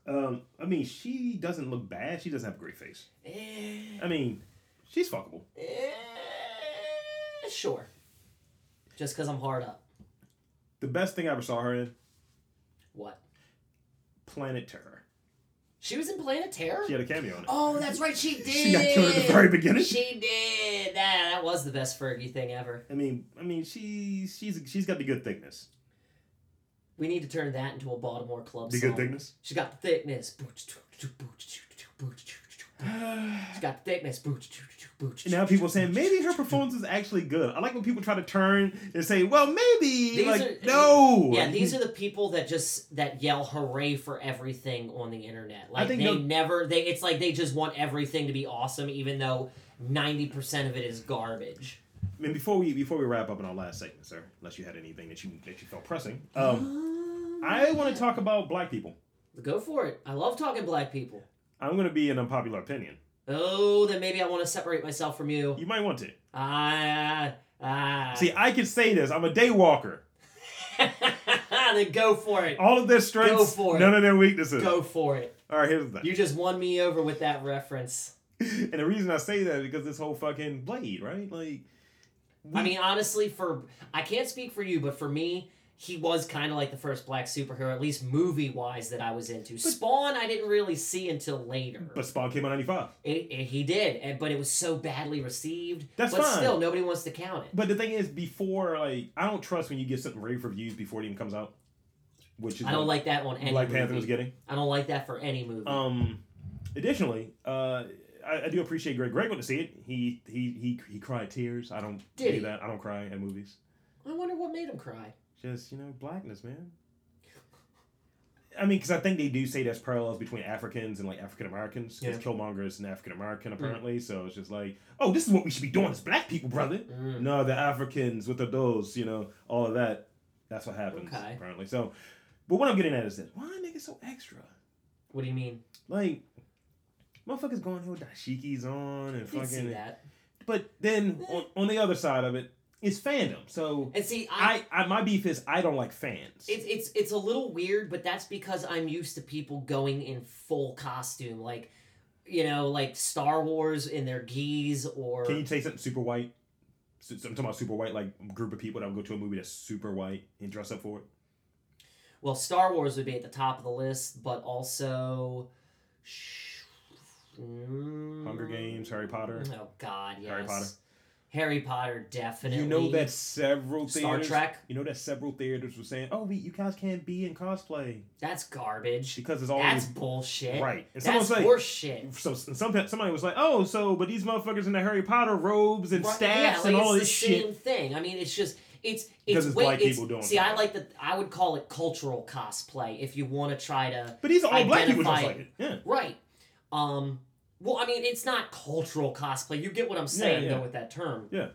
A: Um, I mean, she doesn't look bad. She doesn't have a great face.
B: Eh.
A: I mean, she's fuckable.
B: Eh, Sure. Just because I'm hard up.
A: The best thing I ever saw her in,
B: What?
A: Planet Terror.
B: She was in Planet Terror?
A: She had a cameo in it.
B: Oh, that's right. She did.
A: She got killed at the very beginning.
B: She did. That, that was the best Fergie thing ever.
A: I mean, I mean, she she's she's got the good thickness.
B: We need to turn that into a Baltimore club
A: The
B: song.
A: good thickness.
B: She got the thickness. She
A: and
B: got the thickness.
A: now people are saying maybe her performance is actually good. I like when people try to turn and say, "Well, maybe."
B: These
A: like,
B: are-
A: no.
B: Yeah, these are the people that just that yell hooray for everything on the internet. Like
A: think
B: they
A: they'll-
B: never they it's like they just want everything to be awesome even though 90% of it is garbage.
A: I mean, before we before we wrap up in our last segment, sir, unless you had anything that you that you felt pressing,
B: Oh.
A: um, I want to talk about black people.
B: Ah. Go for it. I love talking black people.
A: I'm going to be an unpopular opinion.
B: Oh, then maybe I want to separate myself from you.
A: You might want to
B: Ah, ah.
A: see. I can say this. I'm a day walker.
B: down and go for it.
A: All of their strengths,
B: for it.
A: none of their weaknesses.
B: Go for it.
A: All right, here's the thing.
B: You just won me over with that reference.
A: And the reason I say that is because this whole fucking blade, right? Like,
B: I mean, honestly, for I can't speak for you, but for me, he was kind of like the first black superhero, at least movie wise, that I was into. Spawn, I didn't really see until later.
A: but Spawn came out 95.
B: It, it, he did, and, but it was so badly received.
A: That's
B: but
A: fine.
B: still, nobody wants to count it.
A: But the thing is, before, like, I don't trust when you get something rave reviews before it even comes out, which is
B: I don't
A: what
B: like that on any
A: Black
B: movie.
A: Panther was getting.
B: I don't like that for any movie.
A: Um, additionally, uh, I, I do appreciate Greg. Greg went to see it. He he he he cried tears. I don't
B: Did
A: do
B: he?
A: that. I don't cry at movies.
B: I wonder what made him cry.
A: Just you know, blackness, man. I mean, because I think they do say there's parallels between Africans and like African Americans. Because
B: Yeah. Mm.
A: Killmonger is an African American apparently, so it's just like, oh, this is what we should be doing as black people, brother.
B: Mm.
A: No, the Africans with the those, you know, all of that. That's what happens
B: Okay.
A: apparently. So, but what I'm getting at is this: why are niggas so extra?
B: What do you mean?
A: Like, motherfuckers going here with dashikis on and
B: I didn't see
A: fucking.
B: that.
A: But then on, on the other side of it, it's fandom. So
B: And see, I,
A: I, I my beef is I don't like fans.
B: It's it's it's a little weird, but that's because I'm used to people going in full costume, like you know, like Star Wars in their geese or
A: Can you say something super white? So- so I'm talking about super white, like group of people that would go to a movie that's super white and dress up for it.
B: well, Star Wars would be at the top of the list, but also sh-
A: Hunger Games, Harry Potter.
B: Oh God, yes,
A: Harry Potter.
B: Harry Potter, definitely.
A: You know that several
B: Star
A: theaters.
B: Trek.
A: You know that several theaters were saying, "Oh, we, you guys can't be in cosplay
B: That's garbage.
A: because it's all
B: That's bullshit.
A: right." And
B: That's
A: someone's like,
B: horseshit.
A: so and some, somebody was like, "Oh, so but these motherfuckers in the Harry Potter robes and
B: Right,
A: staffs
B: yeah, like,
A: and all
B: it's
A: this
B: the
A: shit."
B: Same thing. I mean, it's just it's it's,
A: Because it's
B: way-
A: black
B: it's-
A: people doing
B: See,
A: it.
B: I like the I would call it cultural cosplay if you want to try to
A: But these are all black people just
B: identify-
A: like it. Yeah.
B: right. Um, well, I mean, it's not cultural cosplay. You get what I'm saying
A: yeah.
B: though with that term.
A: Yeah.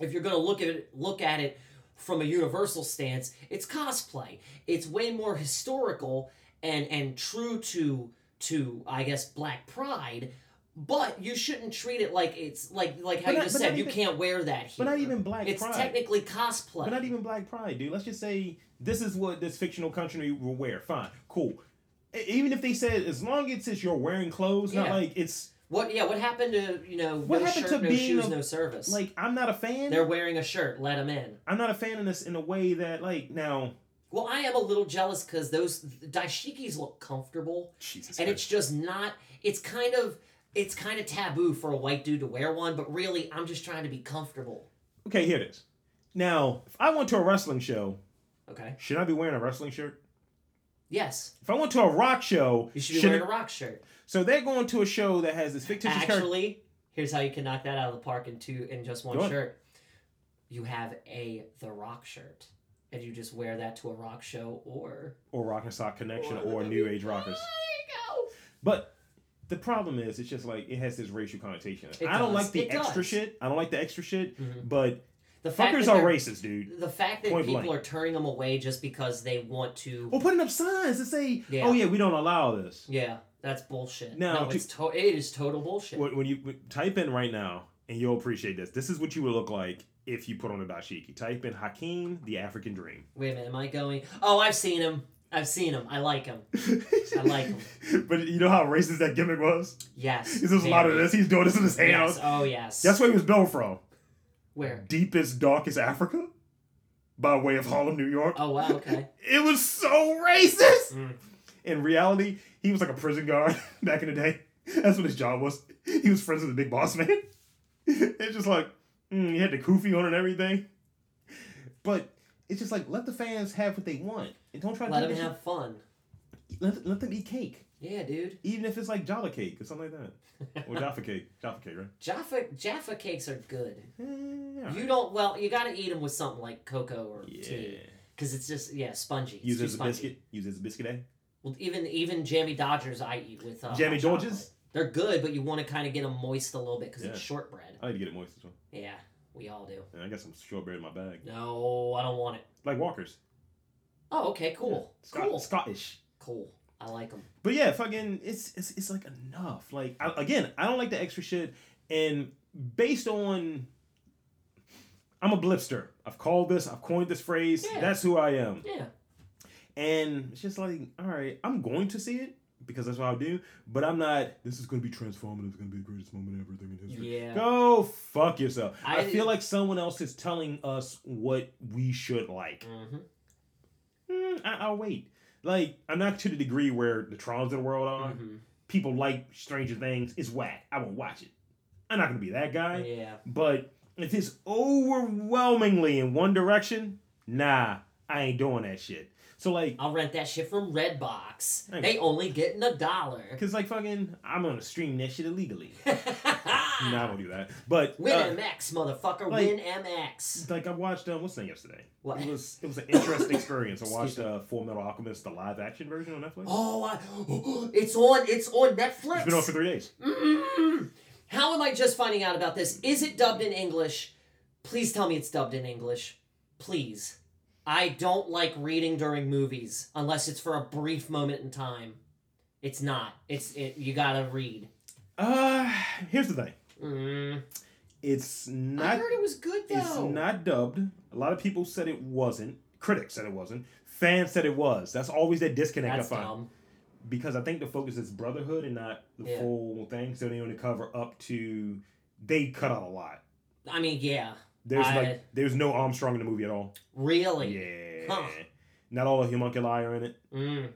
B: If you're gonna look at it, look at it from a universal stance, it's cosplay. It's way more historical and and true to to I guess black pride. But you shouldn't treat it like it's like like how
A: But
B: you
A: not-
B: just
A: but
B: said
A: not
B: you
A: even-
B: can't wear that here.
A: But not even black
B: It's
A: pride.
B: technically cosplay.
A: but not even black pride, dude. Let's just say this is what this fictional country will wear. Fine, cool. E- Even if they said as long as it's you're wearing clothes, not
B: Yeah.
A: like it's
B: what? Yeah. What happened to you know?
A: What
B: no
A: happened
B: shirt,
A: to
B: no
A: being
B: shoes,
A: a-
B: no service?
A: like I'm not a fan.
B: they're wearing a shirt. Let them in.
A: I'm not a fan of this in a way that like now.
B: Well, I am a little jealous because those daishikis look comfortable,
A: Jesus.
B: and
A: Christ.
B: it's just not. It's kind of it's kind of taboo for a white dude to wear one, but really, I'm just trying to be comfortable.
A: okay. Here it is. Now, if I went to a wrestling show,
B: Okay.
A: should I be wearing a wrestling shirt?
B: Yes,
A: If I went to a rock show,
B: you should be wearing a rock shirt.
A: so they're going to a show that has this fictitious character.
B: Actually, here's how you can knock that out of the park in two in just one
A: Go on.
B: shirt. You have a the rock shirt, and you just wear that to a rock show or
A: or Rock and Sock Connection
B: Or
A: or
B: the
A: New
B: W-
A: Age Rockers.
B: There you go.
A: But the problem is, it's just like it has this racial connotation.
B: It
A: I don't
B: does.
A: like the
B: It
A: extra
B: does.
A: shit. I don't like the extra shit.
B: Mhm.
A: But
B: The fact
A: fuckers are
B: that they're-
A: racist, dude.
B: The fact that
A: Point
B: people
A: blank.
B: are turning them away just because they want to.
A: Well, putting up signs that say,
B: Yeah.
A: "Oh yeah, we don't allow this."
B: Yeah, that's bullshit.
A: Now,
B: no,
A: to-
B: it's to- it is total bullshit.
A: When, when you when- type in right now, and you'll appreciate this. This is what you would look like if you put on a dashiki. Type in Hakeem, the African Dream.
B: Wait a minute, am I going? Oh, I've seen him. I've seen him. I like him. I like
A: But you know how racist that gimmick was.
B: Yes.
A: There's a lot of this. He's doing this in his
B: very.
A: house.
B: Yes. Oh yes.
A: That's where he was built from.
B: Where?
A: Deepest, darkest Africa, by way of Harlem, New York.
B: Oh wow. Okay.
A: It was so racist.
B: Mm.
A: In reality, he was like a prison guard back in the day. That's what his job was. He was friends with the big boss man. It's just like mm, he had the kufi on and everything. But it's just like let the fans have what they want and don't try to
B: Let
A: take
B: him
A: this-
B: have fun.
A: let, let them eat cake,
B: Yeah, dude.
A: even if it's like Java cake or something like that, or Jaffa cake, Jaffa cake, right?
B: Jaffa Jaffa cakes are good.
A: Eh, alright.
B: You don't. Well, you got to eat them with something like cocoa or
A: yeah.
B: tea because it's just yeah spongy. It's
A: Use
B: too
A: it as a
B: spongy.
A: biscuit. Use it as a biscuit eh? egg.
B: Well, even even jammy Dodgers I eat with uh,
A: Jammy
B: hot
A: Dodgers?
B: chocolate. They're good, but you want to kind of get them moist a little bit because
A: Yeah.
B: it's shortbread.
A: I need to get it moist as well.
B: Yeah, we all do.
A: And I got some strawberry in my bag,
B: No, I don't want it.
A: like Walkers.
B: Oh, okay, cool,
A: Yeah. Scot-
B: cool,
A: Scottish.
B: cool. I like them.
A: But yeah, fucking, it's it's, it's like enough. Like I, again, I don't like the extra shit. And based on, I'm a blipster. I've called this. I've coined this phrase.
B: Yeah.
A: That's who I am.
B: Yeah,
A: And it's just like, all right, I'm going to see it because that's what I'll do, but I'm not, this is going to be transformative. It's going to be the greatest moment ever thing in history.
B: Yeah.
A: Go fuck yourself. I,
B: I-
A: feel like someone else is telling us what we should like.
B: hmm
A: Mm, I, I'll wait. Like, I'm not to the degree where the Trons of the world are.
B: hmm
A: People like Stranger Things. It's whack. I won't watch it. I'm not going to be that guy.
B: Yeah.
A: But if it's overwhelmingly in one direction, nah, I ain't doing that shit. So like,
B: I'll rent that shit from Redbox.
A: Thanks.
B: They only getting a dollar.
A: cause like fucking, I'm gonna stream that shit illegally.
B: Ah.
A: nah, I won't do that. But
B: Win
A: uh,
B: MX, motherfucker.
A: like-
B: Win MX.
A: like I watched um, what's that yesterday?
B: What?
A: It was it was an interesting experience. I
B: Excuse
A: watched uh, Full Metal Alchemist, the live action version on Netflix.
B: Oh, I, it's on. It's on Netflix.
A: It's been on for three days.
B: Mm-mm-mm. How am I just finding out about this? Is it dubbed in English? Please tell me it's dubbed in English. Please. I don't like reading during movies unless it's for a brief moment in time. It's not. It's it. You gotta read.
A: Uh, here's the thing.
B: Mm.
A: It's
B: I
A: not
B: heard it was good though.
A: it's not dubbed. A lot of people said it wasn't. Critics said it wasn't. Fans said it was. That's always that disconnect
B: That's
A: I find.
B: dumb.
A: because I think the focus is brotherhood and not the
B: Yeah.
A: full thing. So they only cover up to they cut out a lot.
B: I mean, yeah.
A: There's
B: I-
A: like there's no Armstrong in the movie at all.
B: Really.
A: Yeah,
B: Huh.
A: not all the homunculi are in it.
B: Mm.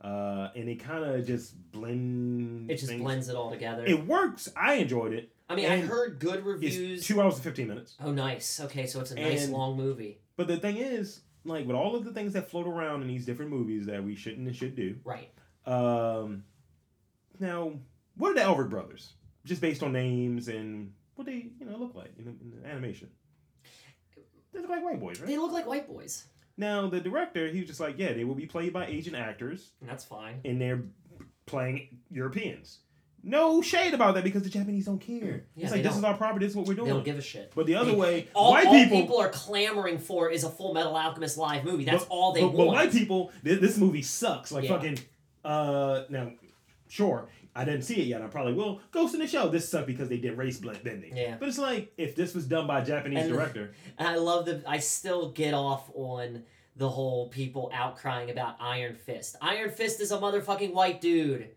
A: Uh, and it kind of just blend.
B: It just
A: things.
B: blends it all together.
A: It works. I enjoyed it.
B: I mean, I
A: and
B: heard good
A: It's
B: reviews.
A: two hours and fifteen minutes.
B: Oh, nice. Okay, so it's a nice
A: And-
B: long movie.
A: But the thing is, like with all of the things that float around in these different movies that we shouldn't and should do.
B: Right.
A: Um, now, what are the Elric brothers? Just based on names and what they you know look like in, in the animation. They look like white boys, right?
B: They look like white boys.
A: Now the director, he was just like, yeah, they will be played by Asian actors,
B: And that's fine.
A: and they're playing Europeans. No shade about that because the Japanese don't care.
B: Yeah,
A: it's
B: they
A: like this
B: don't.
A: is our property. This is what we're
B: They don't
A: doing.
B: give a shit.
A: but the other
B: They-
A: way,
B: All,
A: white
B: all people,
A: people.
B: are clamoring for is a Full Metal Alchemist live movie. That's
A: but-
B: all they
A: but, but
B: want.
A: white people, thi- this movie sucks. Like
B: Yeah.
A: fucking. Uh, now, sure, I didn't see it yet. I probably will. Ghost in the Shell. This sucked because they did race blend bending.
B: Yeah.
A: But it's like if this was done by a Japanese
B: And-
A: director,
B: And I love the. I still get off on the whole people outcrying about Iron Fist. Iron Fist is a motherfucking white dude.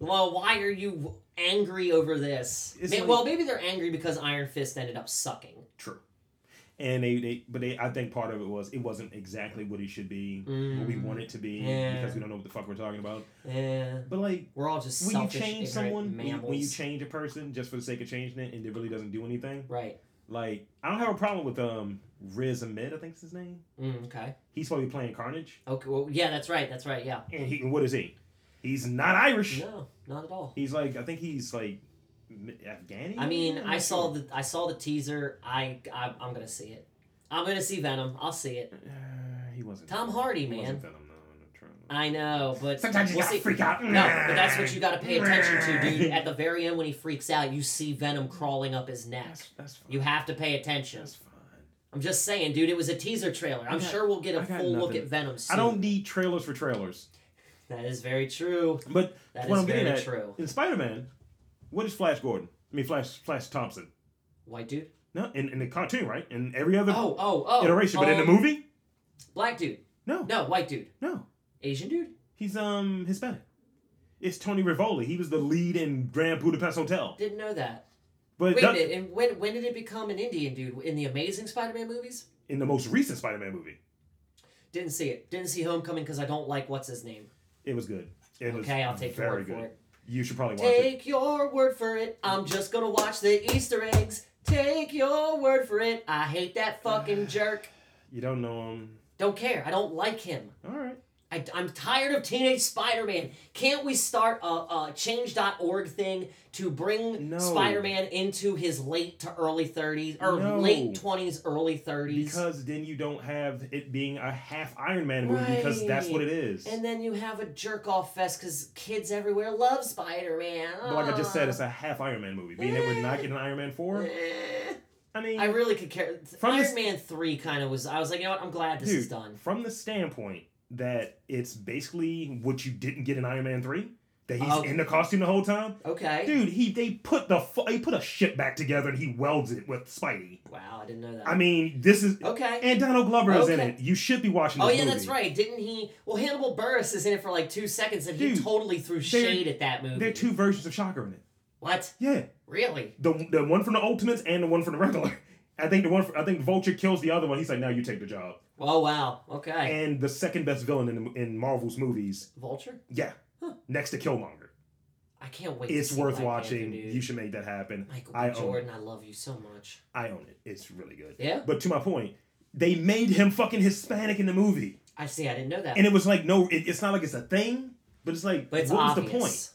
B: Well, why are you angry over this?
A: It's
B: May-
A: like-
B: well, maybe they're angry because Iron Fist ended up sucking.
A: true. And they, they, but they, I think part of it was it wasn't exactly what it should be, what we
B: Mm.
A: want it to be,
B: Yeah.
A: because we don't know what the fuck we're talking about.
B: Yeah,
A: But like,
B: we're all just
A: when Eh. you
B: selfish,
A: change
B: ignorant
A: someone, when you,
B: mammals.
A: when you change a person just for the sake of changing it, and it really doesn't do anything,
B: right?
A: like I don't have a problem with um Riz Ahmed, I think's his name.
B: Mm, okay.
A: He's supposed to be playing Carnage.
B: Okay. Well, yeah, that's right. That's right. Yeah.
A: and he what is he? He's not Irish.
B: No, not at all.
A: He's like I think he's like m- Afghani.
B: I mean,
A: I'm
B: I
A: not
B: saw
A: sure.
B: the I saw the teaser. I, I I'm gonna see it. I'm gonna see Venom. I'll see it.
A: Uh, he wasn't
B: Tom Hardy,
A: he Wasn't
B: man.
A: Venom, no, I'm not trying to-
B: I know, but
A: Sometimes you
B: we'll
A: gotta
B: see.
A: freak out.
B: No, but that's what you gotta pay attention to, dude. At the very end, when he freaks out, you see Venom crawling up his neck.
A: That's, that's fine.
B: You have to pay attention.
A: That's fine.
B: I'm just saying, dude. It was a teaser trailer. I'm
A: I got-
B: sure we'll get a
A: I got
B: full look
A: nothing.
B: at Venom soon.
A: I don't need trailers for trailers,
B: That is very true.
A: but
B: That
A: What
B: is
A: I'm getting
B: very
A: at-
B: true.
A: in Spider Man, what is Flash Gordon? I mean Flash Flash Thompson.
B: White dude.
A: No, in, in the cartoon, right? In every other
B: Oh, oh, oh.
A: iteration, but in the
B: um,
A: movie,
B: black dude.
A: no,
B: No, white dude.
A: no.
B: Asian dude.
A: He's um Hispanic. It's Tony Rivoli. He was the lead in Grand Budapest Hotel.
B: Didn't know that.
A: But
B: Wait a
A: that-
B: minute, and when when did it become an Indian dude in the Amazing Spider-Man movies?
A: in the most recent Spider-Man movie,
B: Didn't see it. Didn't see Homecoming because I don't like what's his name.
A: it was good. It was
B: Okay, I'll take your
A: very
B: word for
A: good.
B: it.
A: You should probably watch it.
B: Take your word for it. I'm just gonna watch the Easter eggs. Take your word for it. I hate that fucking jerk.
A: You don't know him.
B: Don't care. I don't like him.
A: All right.
B: I, am tired of Teenage Spider Man. Can't we start a, a change.org thing to bring
A: No.
B: Spider Man into his late to early 30s or
A: No.
B: late 20s, early 30s?
A: Because then you don't have it being a half Iron Man movie because that's what it is.
B: And then you have a jerk off fest because kids everywhere love Spider Man.
A: but like I just said,
B: uh,
A: it's a half Iron Man movie. Being that we're not getting Iron Man four, I mean,
B: Ah. Eh. I really could care.
A: From
B: Iron
A: this-
B: Man three kind of was. I was like, you know what? I'm glad this
A: dude,
B: is done.
A: from the standpoint that it's basically what you didn't get in Iron Man three. that he's
B: Oh.
A: in the costume the whole time.
B: Okay.
A: Dude, he they put the fu- he put a ship back together and he welds it with Spidey.
B: Wow, I didn't know that.
A: I mean, this is
B: okay.
A: and Donald Glover is in
B: Oh. Okay.
A: it. You should be watching.
B: Oh
A: This
B: yeah,
A: movie.
B: that's right. Didn't he? Well, Hannibal Burris is in it for like two seconds, and he
A: Dude,
B: totally threw shade at that movie.
A: There are two versions of Shocker in it.
B: What?
A: Yeah,
B: Really?
A: the the one from the Ultimates and the one from the regular. I think the one for, I think Vulture kills the other one. He's like, now you take the job.
B: Oh wow. Okay.
A: And the second best villain in in Marvel's movies,
B: Vulture.
A: yeah,
B: Huh.
A: next to Killmonger.
B: I can't wait.
A: It's
B: to see
A: worth
B: Black
A: watching.
B: Panther, dude.
A: you should make that happen.
B: Michael B.
A: I own
B: Jordan, I love you so much.
A: I own it. It's really good.
B: Yeah.
A: But to my point, they made him fucking Hispanic in the movie,
B: I see. I didn't know that.
A: and it was like, no, it, it's not like it's a thing, but it's like,
B: but it's
A: what
B: obvious.
A: was the point?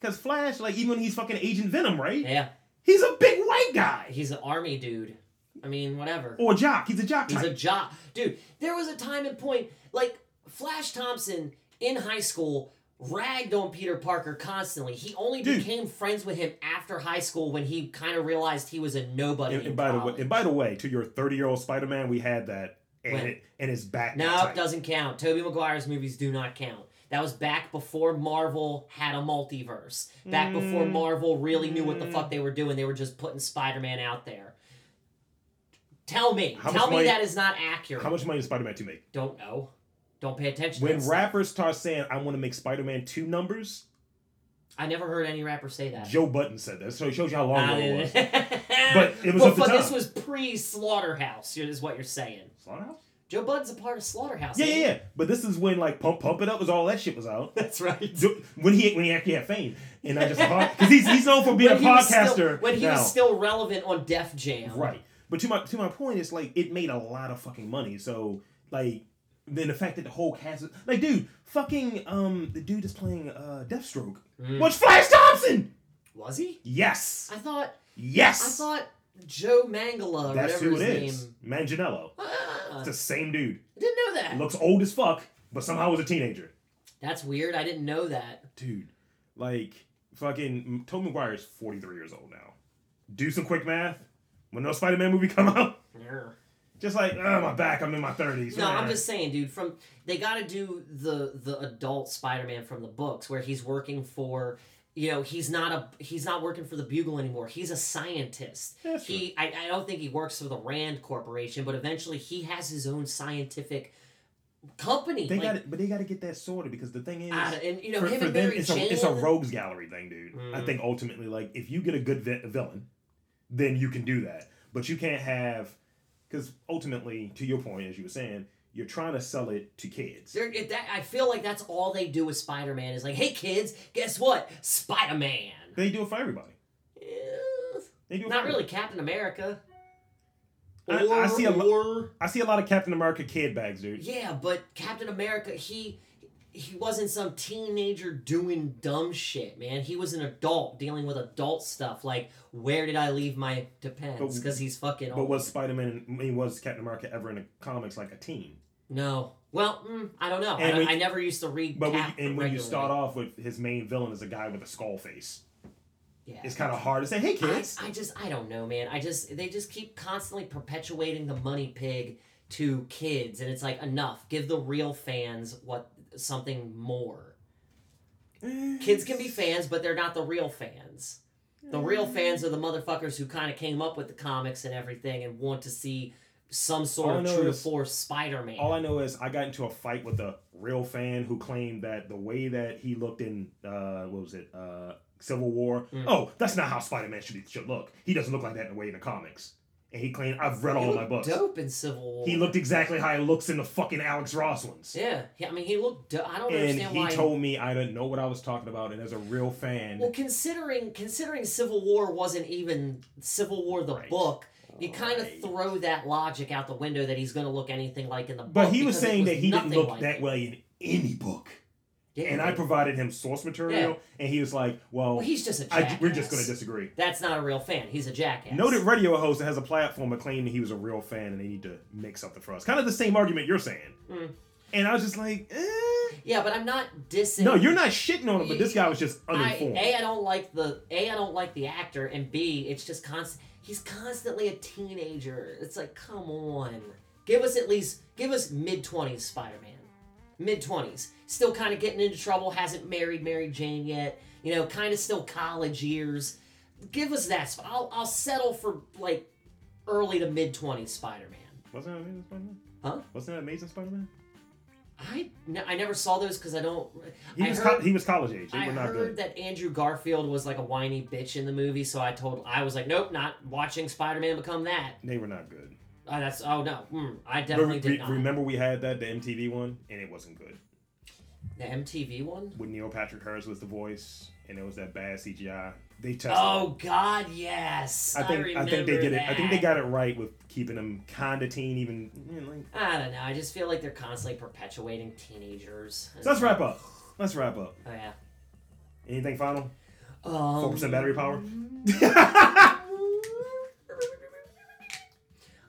A: Because Flash, like, even when he's fucking Agent Venom, right?
B: Yeah,
A: He's a big white guy.
B: he's an army dude. I mean, whatever.
A: Or jock. He's a jock
B: He's
A: type.
B: a jock, dude. There was a time and point, like Flash Thompson in high school ragged on Peter Parker constantly. He only
A: Dude.
B: became friends with him after high school when he kind of realized he was a nobody.
A: and,
B: in
A: and by the way,
B: college.
A: and by the way, to your thirty-year-old Spider-Man, we had that, and
B: When?
A: it, and his back.
B: no,
A: got
B: it
A: tight.
B: doesn't count. Toby Maguire's movies do not count. That was back before Marvel had a multiverse. Back before
A: Mm.
B: Marvel really knew what the
A: Mm.
B: fuck they were doing. They were just putting Spider-Man out there. Tell me,
A: How
B: tell
A: much
B: me
A: money-
B: that is not accurate.
A: How much money does Spider-Man Two make?
B: Don't know. Don't pay attention. to
A: When
B: that stuff.
A: rappers start saying, "I want to make Spider-Man Two numbers,"
B: I never heard any rapper say that.
A: Joe Button said that, so it shows you how long
B: I
A: ago it
B: didn't-
A: was. But it was
B: Well,
A: at the
B: fuck, this
A: time.
B: was pre Slaughterhouse, is what you're saying.
A: Slaughterhouse?
B: Joe Budden's a part of Slaughterhouse.
A: Yeah,
B: ain't
A: yeah,
B: he?
A: yeah. But this is when like Pump Pump It Up was all that shit was out.
B: That's right.
A: So, When he when he actually had fame, and not just because he's he's known for being a
B: he was
A: podcaster.
B: still, when he
A: now.
B: was still relevant on Def Jam.
A: Right. But to my to my point, it's like it made a lot of fucking money. So like then the fact that the whole cast is, like dude, fucking um the dude is playing uh Deathstroke.
B: Mm.
A: Was Flash Thompson?
B: Was he?
A: Yes.
B: I thought I
A: Yes.
B: thought Joe Mangala or
A: That's
B: whatever
A: who
B: his
A: it
B: name.
A: is. Manganiello.
B: Ah,
A: It's the same dude.
B: didn't know that.
A: Looks old as fuck, but somehow was a teenager.
B: That's weird. I didn't know that.
A: Dude, like fucking Tom McGuire is 43 years old now. Do some quick math. When those Spider-Man movie come out,
B: Yeah.
A: just like, oh my back, I'm in my 30s.
B: No, I'm
A: Nah.
B: just saying, dude. From they got to do the the adult Spider-Man from the books, where he's working for, you know, he's not a he's not working for the Bugle anymore. He's a scientist.
A: That's
B: he, I, I don't think he works for the Rand Corporation, but eventually he has his own scientific company.
A: They
B: like,
A: got but they got to get that sorted because the thing is,
B: I don't- and you know
A: for,
B: him
A: for
B: and
A: them,
B: Mary
A: it's
B: Jane.
A: a, it's a rogues gallery thing, dude. I
B: Mm.
A: think ultimately, like, if you get a good vi- villain, then you can do that. But you can't have, because ultimately, to your point, as you were saying, you're trying to sell it to kids.
B: They're- it- that, I feel like that's all they do with Spider-Man is like, hey kids, guess what? Spider-Man.
A: They do it for everybody.
B: Eh,
A: They do it
B: Not
A: for
B: really Captain America.
A: I- I see a lo-
B: or-
A: I see a lot of Captain America kid bags, dude.
B: Yeah, but Captain America, he he wasn't some teenager doing dumb shit, man. He was an adult dealing with adult stuff. Like, where did I leave my depends?
A: But-
B: Because he's fucking
A: But
B: old.
A: was Spider Man? I mean, was Captain America ever in the comics like a teen?
B: no. Well, mm, I don't know. I,
A: And
B: don't-
A: when-
B: I never used to read.
A: But when you,
B: Cap
A: and when you
B: regularly.
A: start off with his main villain is a guy with a skull face,
B: yeah.
A: it's kind of hard to say, "Hey,
B: I,
A: kids."
B: I just I don't know, man. I just they just keep constantly perpetuating the money pig to kids, and it's like enough. Give the real fans what something more.
A: Eh.
B: Kids can be fans, but they're not the real fans. The real fans are the motherfuckers who kind of came up with the comics and everything and want to see some
A: All
B: sort
A: I
B: of
A: know
B: true to
A: is-
B: force Spider
A: All
B: Man.
A: I know is I got into a fight with a real fan who claimed that the way that he looked in uh, what was it uh, Civil War?
B: Mm.
A: Oh, that's not how Spider Man should be, should look. He doesn't look like that in the way in the comics. And he claimed I've read all of my books.
B: Dope in Civil War.
A: He looked exactly how he looks in the fucking Alex Ross ones.
B: Yeah, he- I mean, he looked. Do- I don't
A: And
B: understand
A: he
B: why.
A: told me I didn't know what I was talking about. And as a real fan,
B: well, considering considering Civil War wasn't even Civil War the
A: Right.
B: book, you kind of
A: Right.
B: throw that logic out the window that he's going to look anything like in the book.
A: but he was
B: because it
A: saying that he didn't
B: nothing
A: look
B: like
A: that
B: it.
A: way in any book.
B: Yeah,
A: And I provided him source material, and he was like, "Well,
B: well, he's just a
A: I,
B: jackass.
A: we're just going to disagree."
B: That's not a real fan. He's a jackass.
A: Noted radio host that has a platform that claimed that he was a real fan and they need to make something for us. Kind of the same argument you're saying.
B: Mm.
A: And I was just like, eh.
B: Yeah, but I'm not dissing.
A: no, you're not shitting on him, but this guy was just
B: I,
A: uninformed.
B: A, I don't like the A. I don't like the actor, and B, it's just constant. He's constantly a teenager. It's like, come on, give us at least give us mid twenties Spider Man. mid 20s, still kind of getting into trouble, hasn't married Mary Jane yet, you know, kind of still college years. Give us that spot. I'll, I'll settle for like early to mid 20s Spider Man.
A: Wasn't that Amazing Spider Man?
B: Huh?
A: Wasn't that Amazing Spider Man?
B: I, no, I never saw those because I don't.
A: He
B: I
A: was
B: heard-
A: co- he was college age. They
B: I
A: were not
B: heard
A: good.
B: that Andrew Garfield was like a whiny bitch in the movie, so I told I was like, nope, not watching Spider Man become that.
A: They were not good.
B: Uh, that's oh no, mm, I
A: But
B: definitely
A: re-
B: did not.
A: remember we had that the MTV one and it wasn't good.
B: the MTV one.
A: With Neil Patrick Harris was the voice and it was that bad CGI. They tested. it.
B: Oh God, yes.
A: I think I, think they
B: remember
A: did it. I think they
B: that.
A: got it right with keeping him kind of teen. Even you know, like,
B: I don't know. I just feel like they're constantly perpetuating teenagers.
A: so let's wrap up. Let's wrap up.
B: Oh yeah.
A: Anything final?
B: Um,
A: Four percent battery power.
B: Mm-hmm.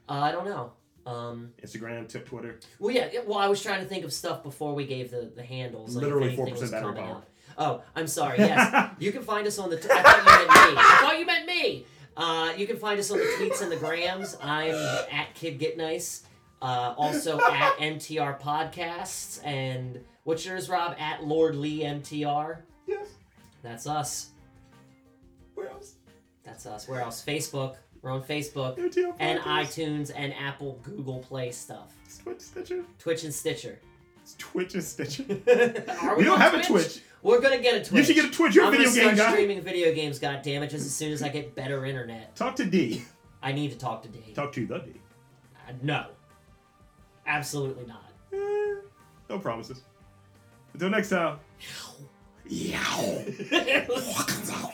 B: Uh, I don't know. Um,
A: Instagram, tip, Twitter.
B: well, yeah. yeah, Well, I was trying to think of stuff before we gave the, the handles. Like if
A: Literally
B: anything was
A: 4% battery
B: coming
A: power.
B: up. Oh, I'm sorry. Yes. You can find us on the. T- I thought you meant me. I thought you meant me. Uh, you can find us on the tweets and the grams. I'm at Kid Get Nice. Uh, also at MTR Podcasts. And what's yours, Rob? At Lord Lee MTR.
A: yes.
B: That's us.
A: Where else?
B: That's us. Where else? Facebook. We're on Facebook.
A: MTL
B: And
A: Podcast.
B: iTunes and Apple, Google Play stuff.
A: It's Twitch, Stitcher.
B: Twitch and Stitcher.
A: It's Twitch and Stitcher.
B: Are
A: we don't
B: on
A: have a Twitch.
B: We're gonna get a Twitch.
A: You should get a Twitch. You're a
B: I'm
A: video
B: gonna
A: game
B: start
A: guy.
B: streaming video games. God damn it! Just as soon as I get better internet,
A: Talk to D.
B: I need to talk to Dave.
A: Talk to the D.
B: Uh, no, absolutely not.
A: Eh, no promises. Until next time. Yow. Yow.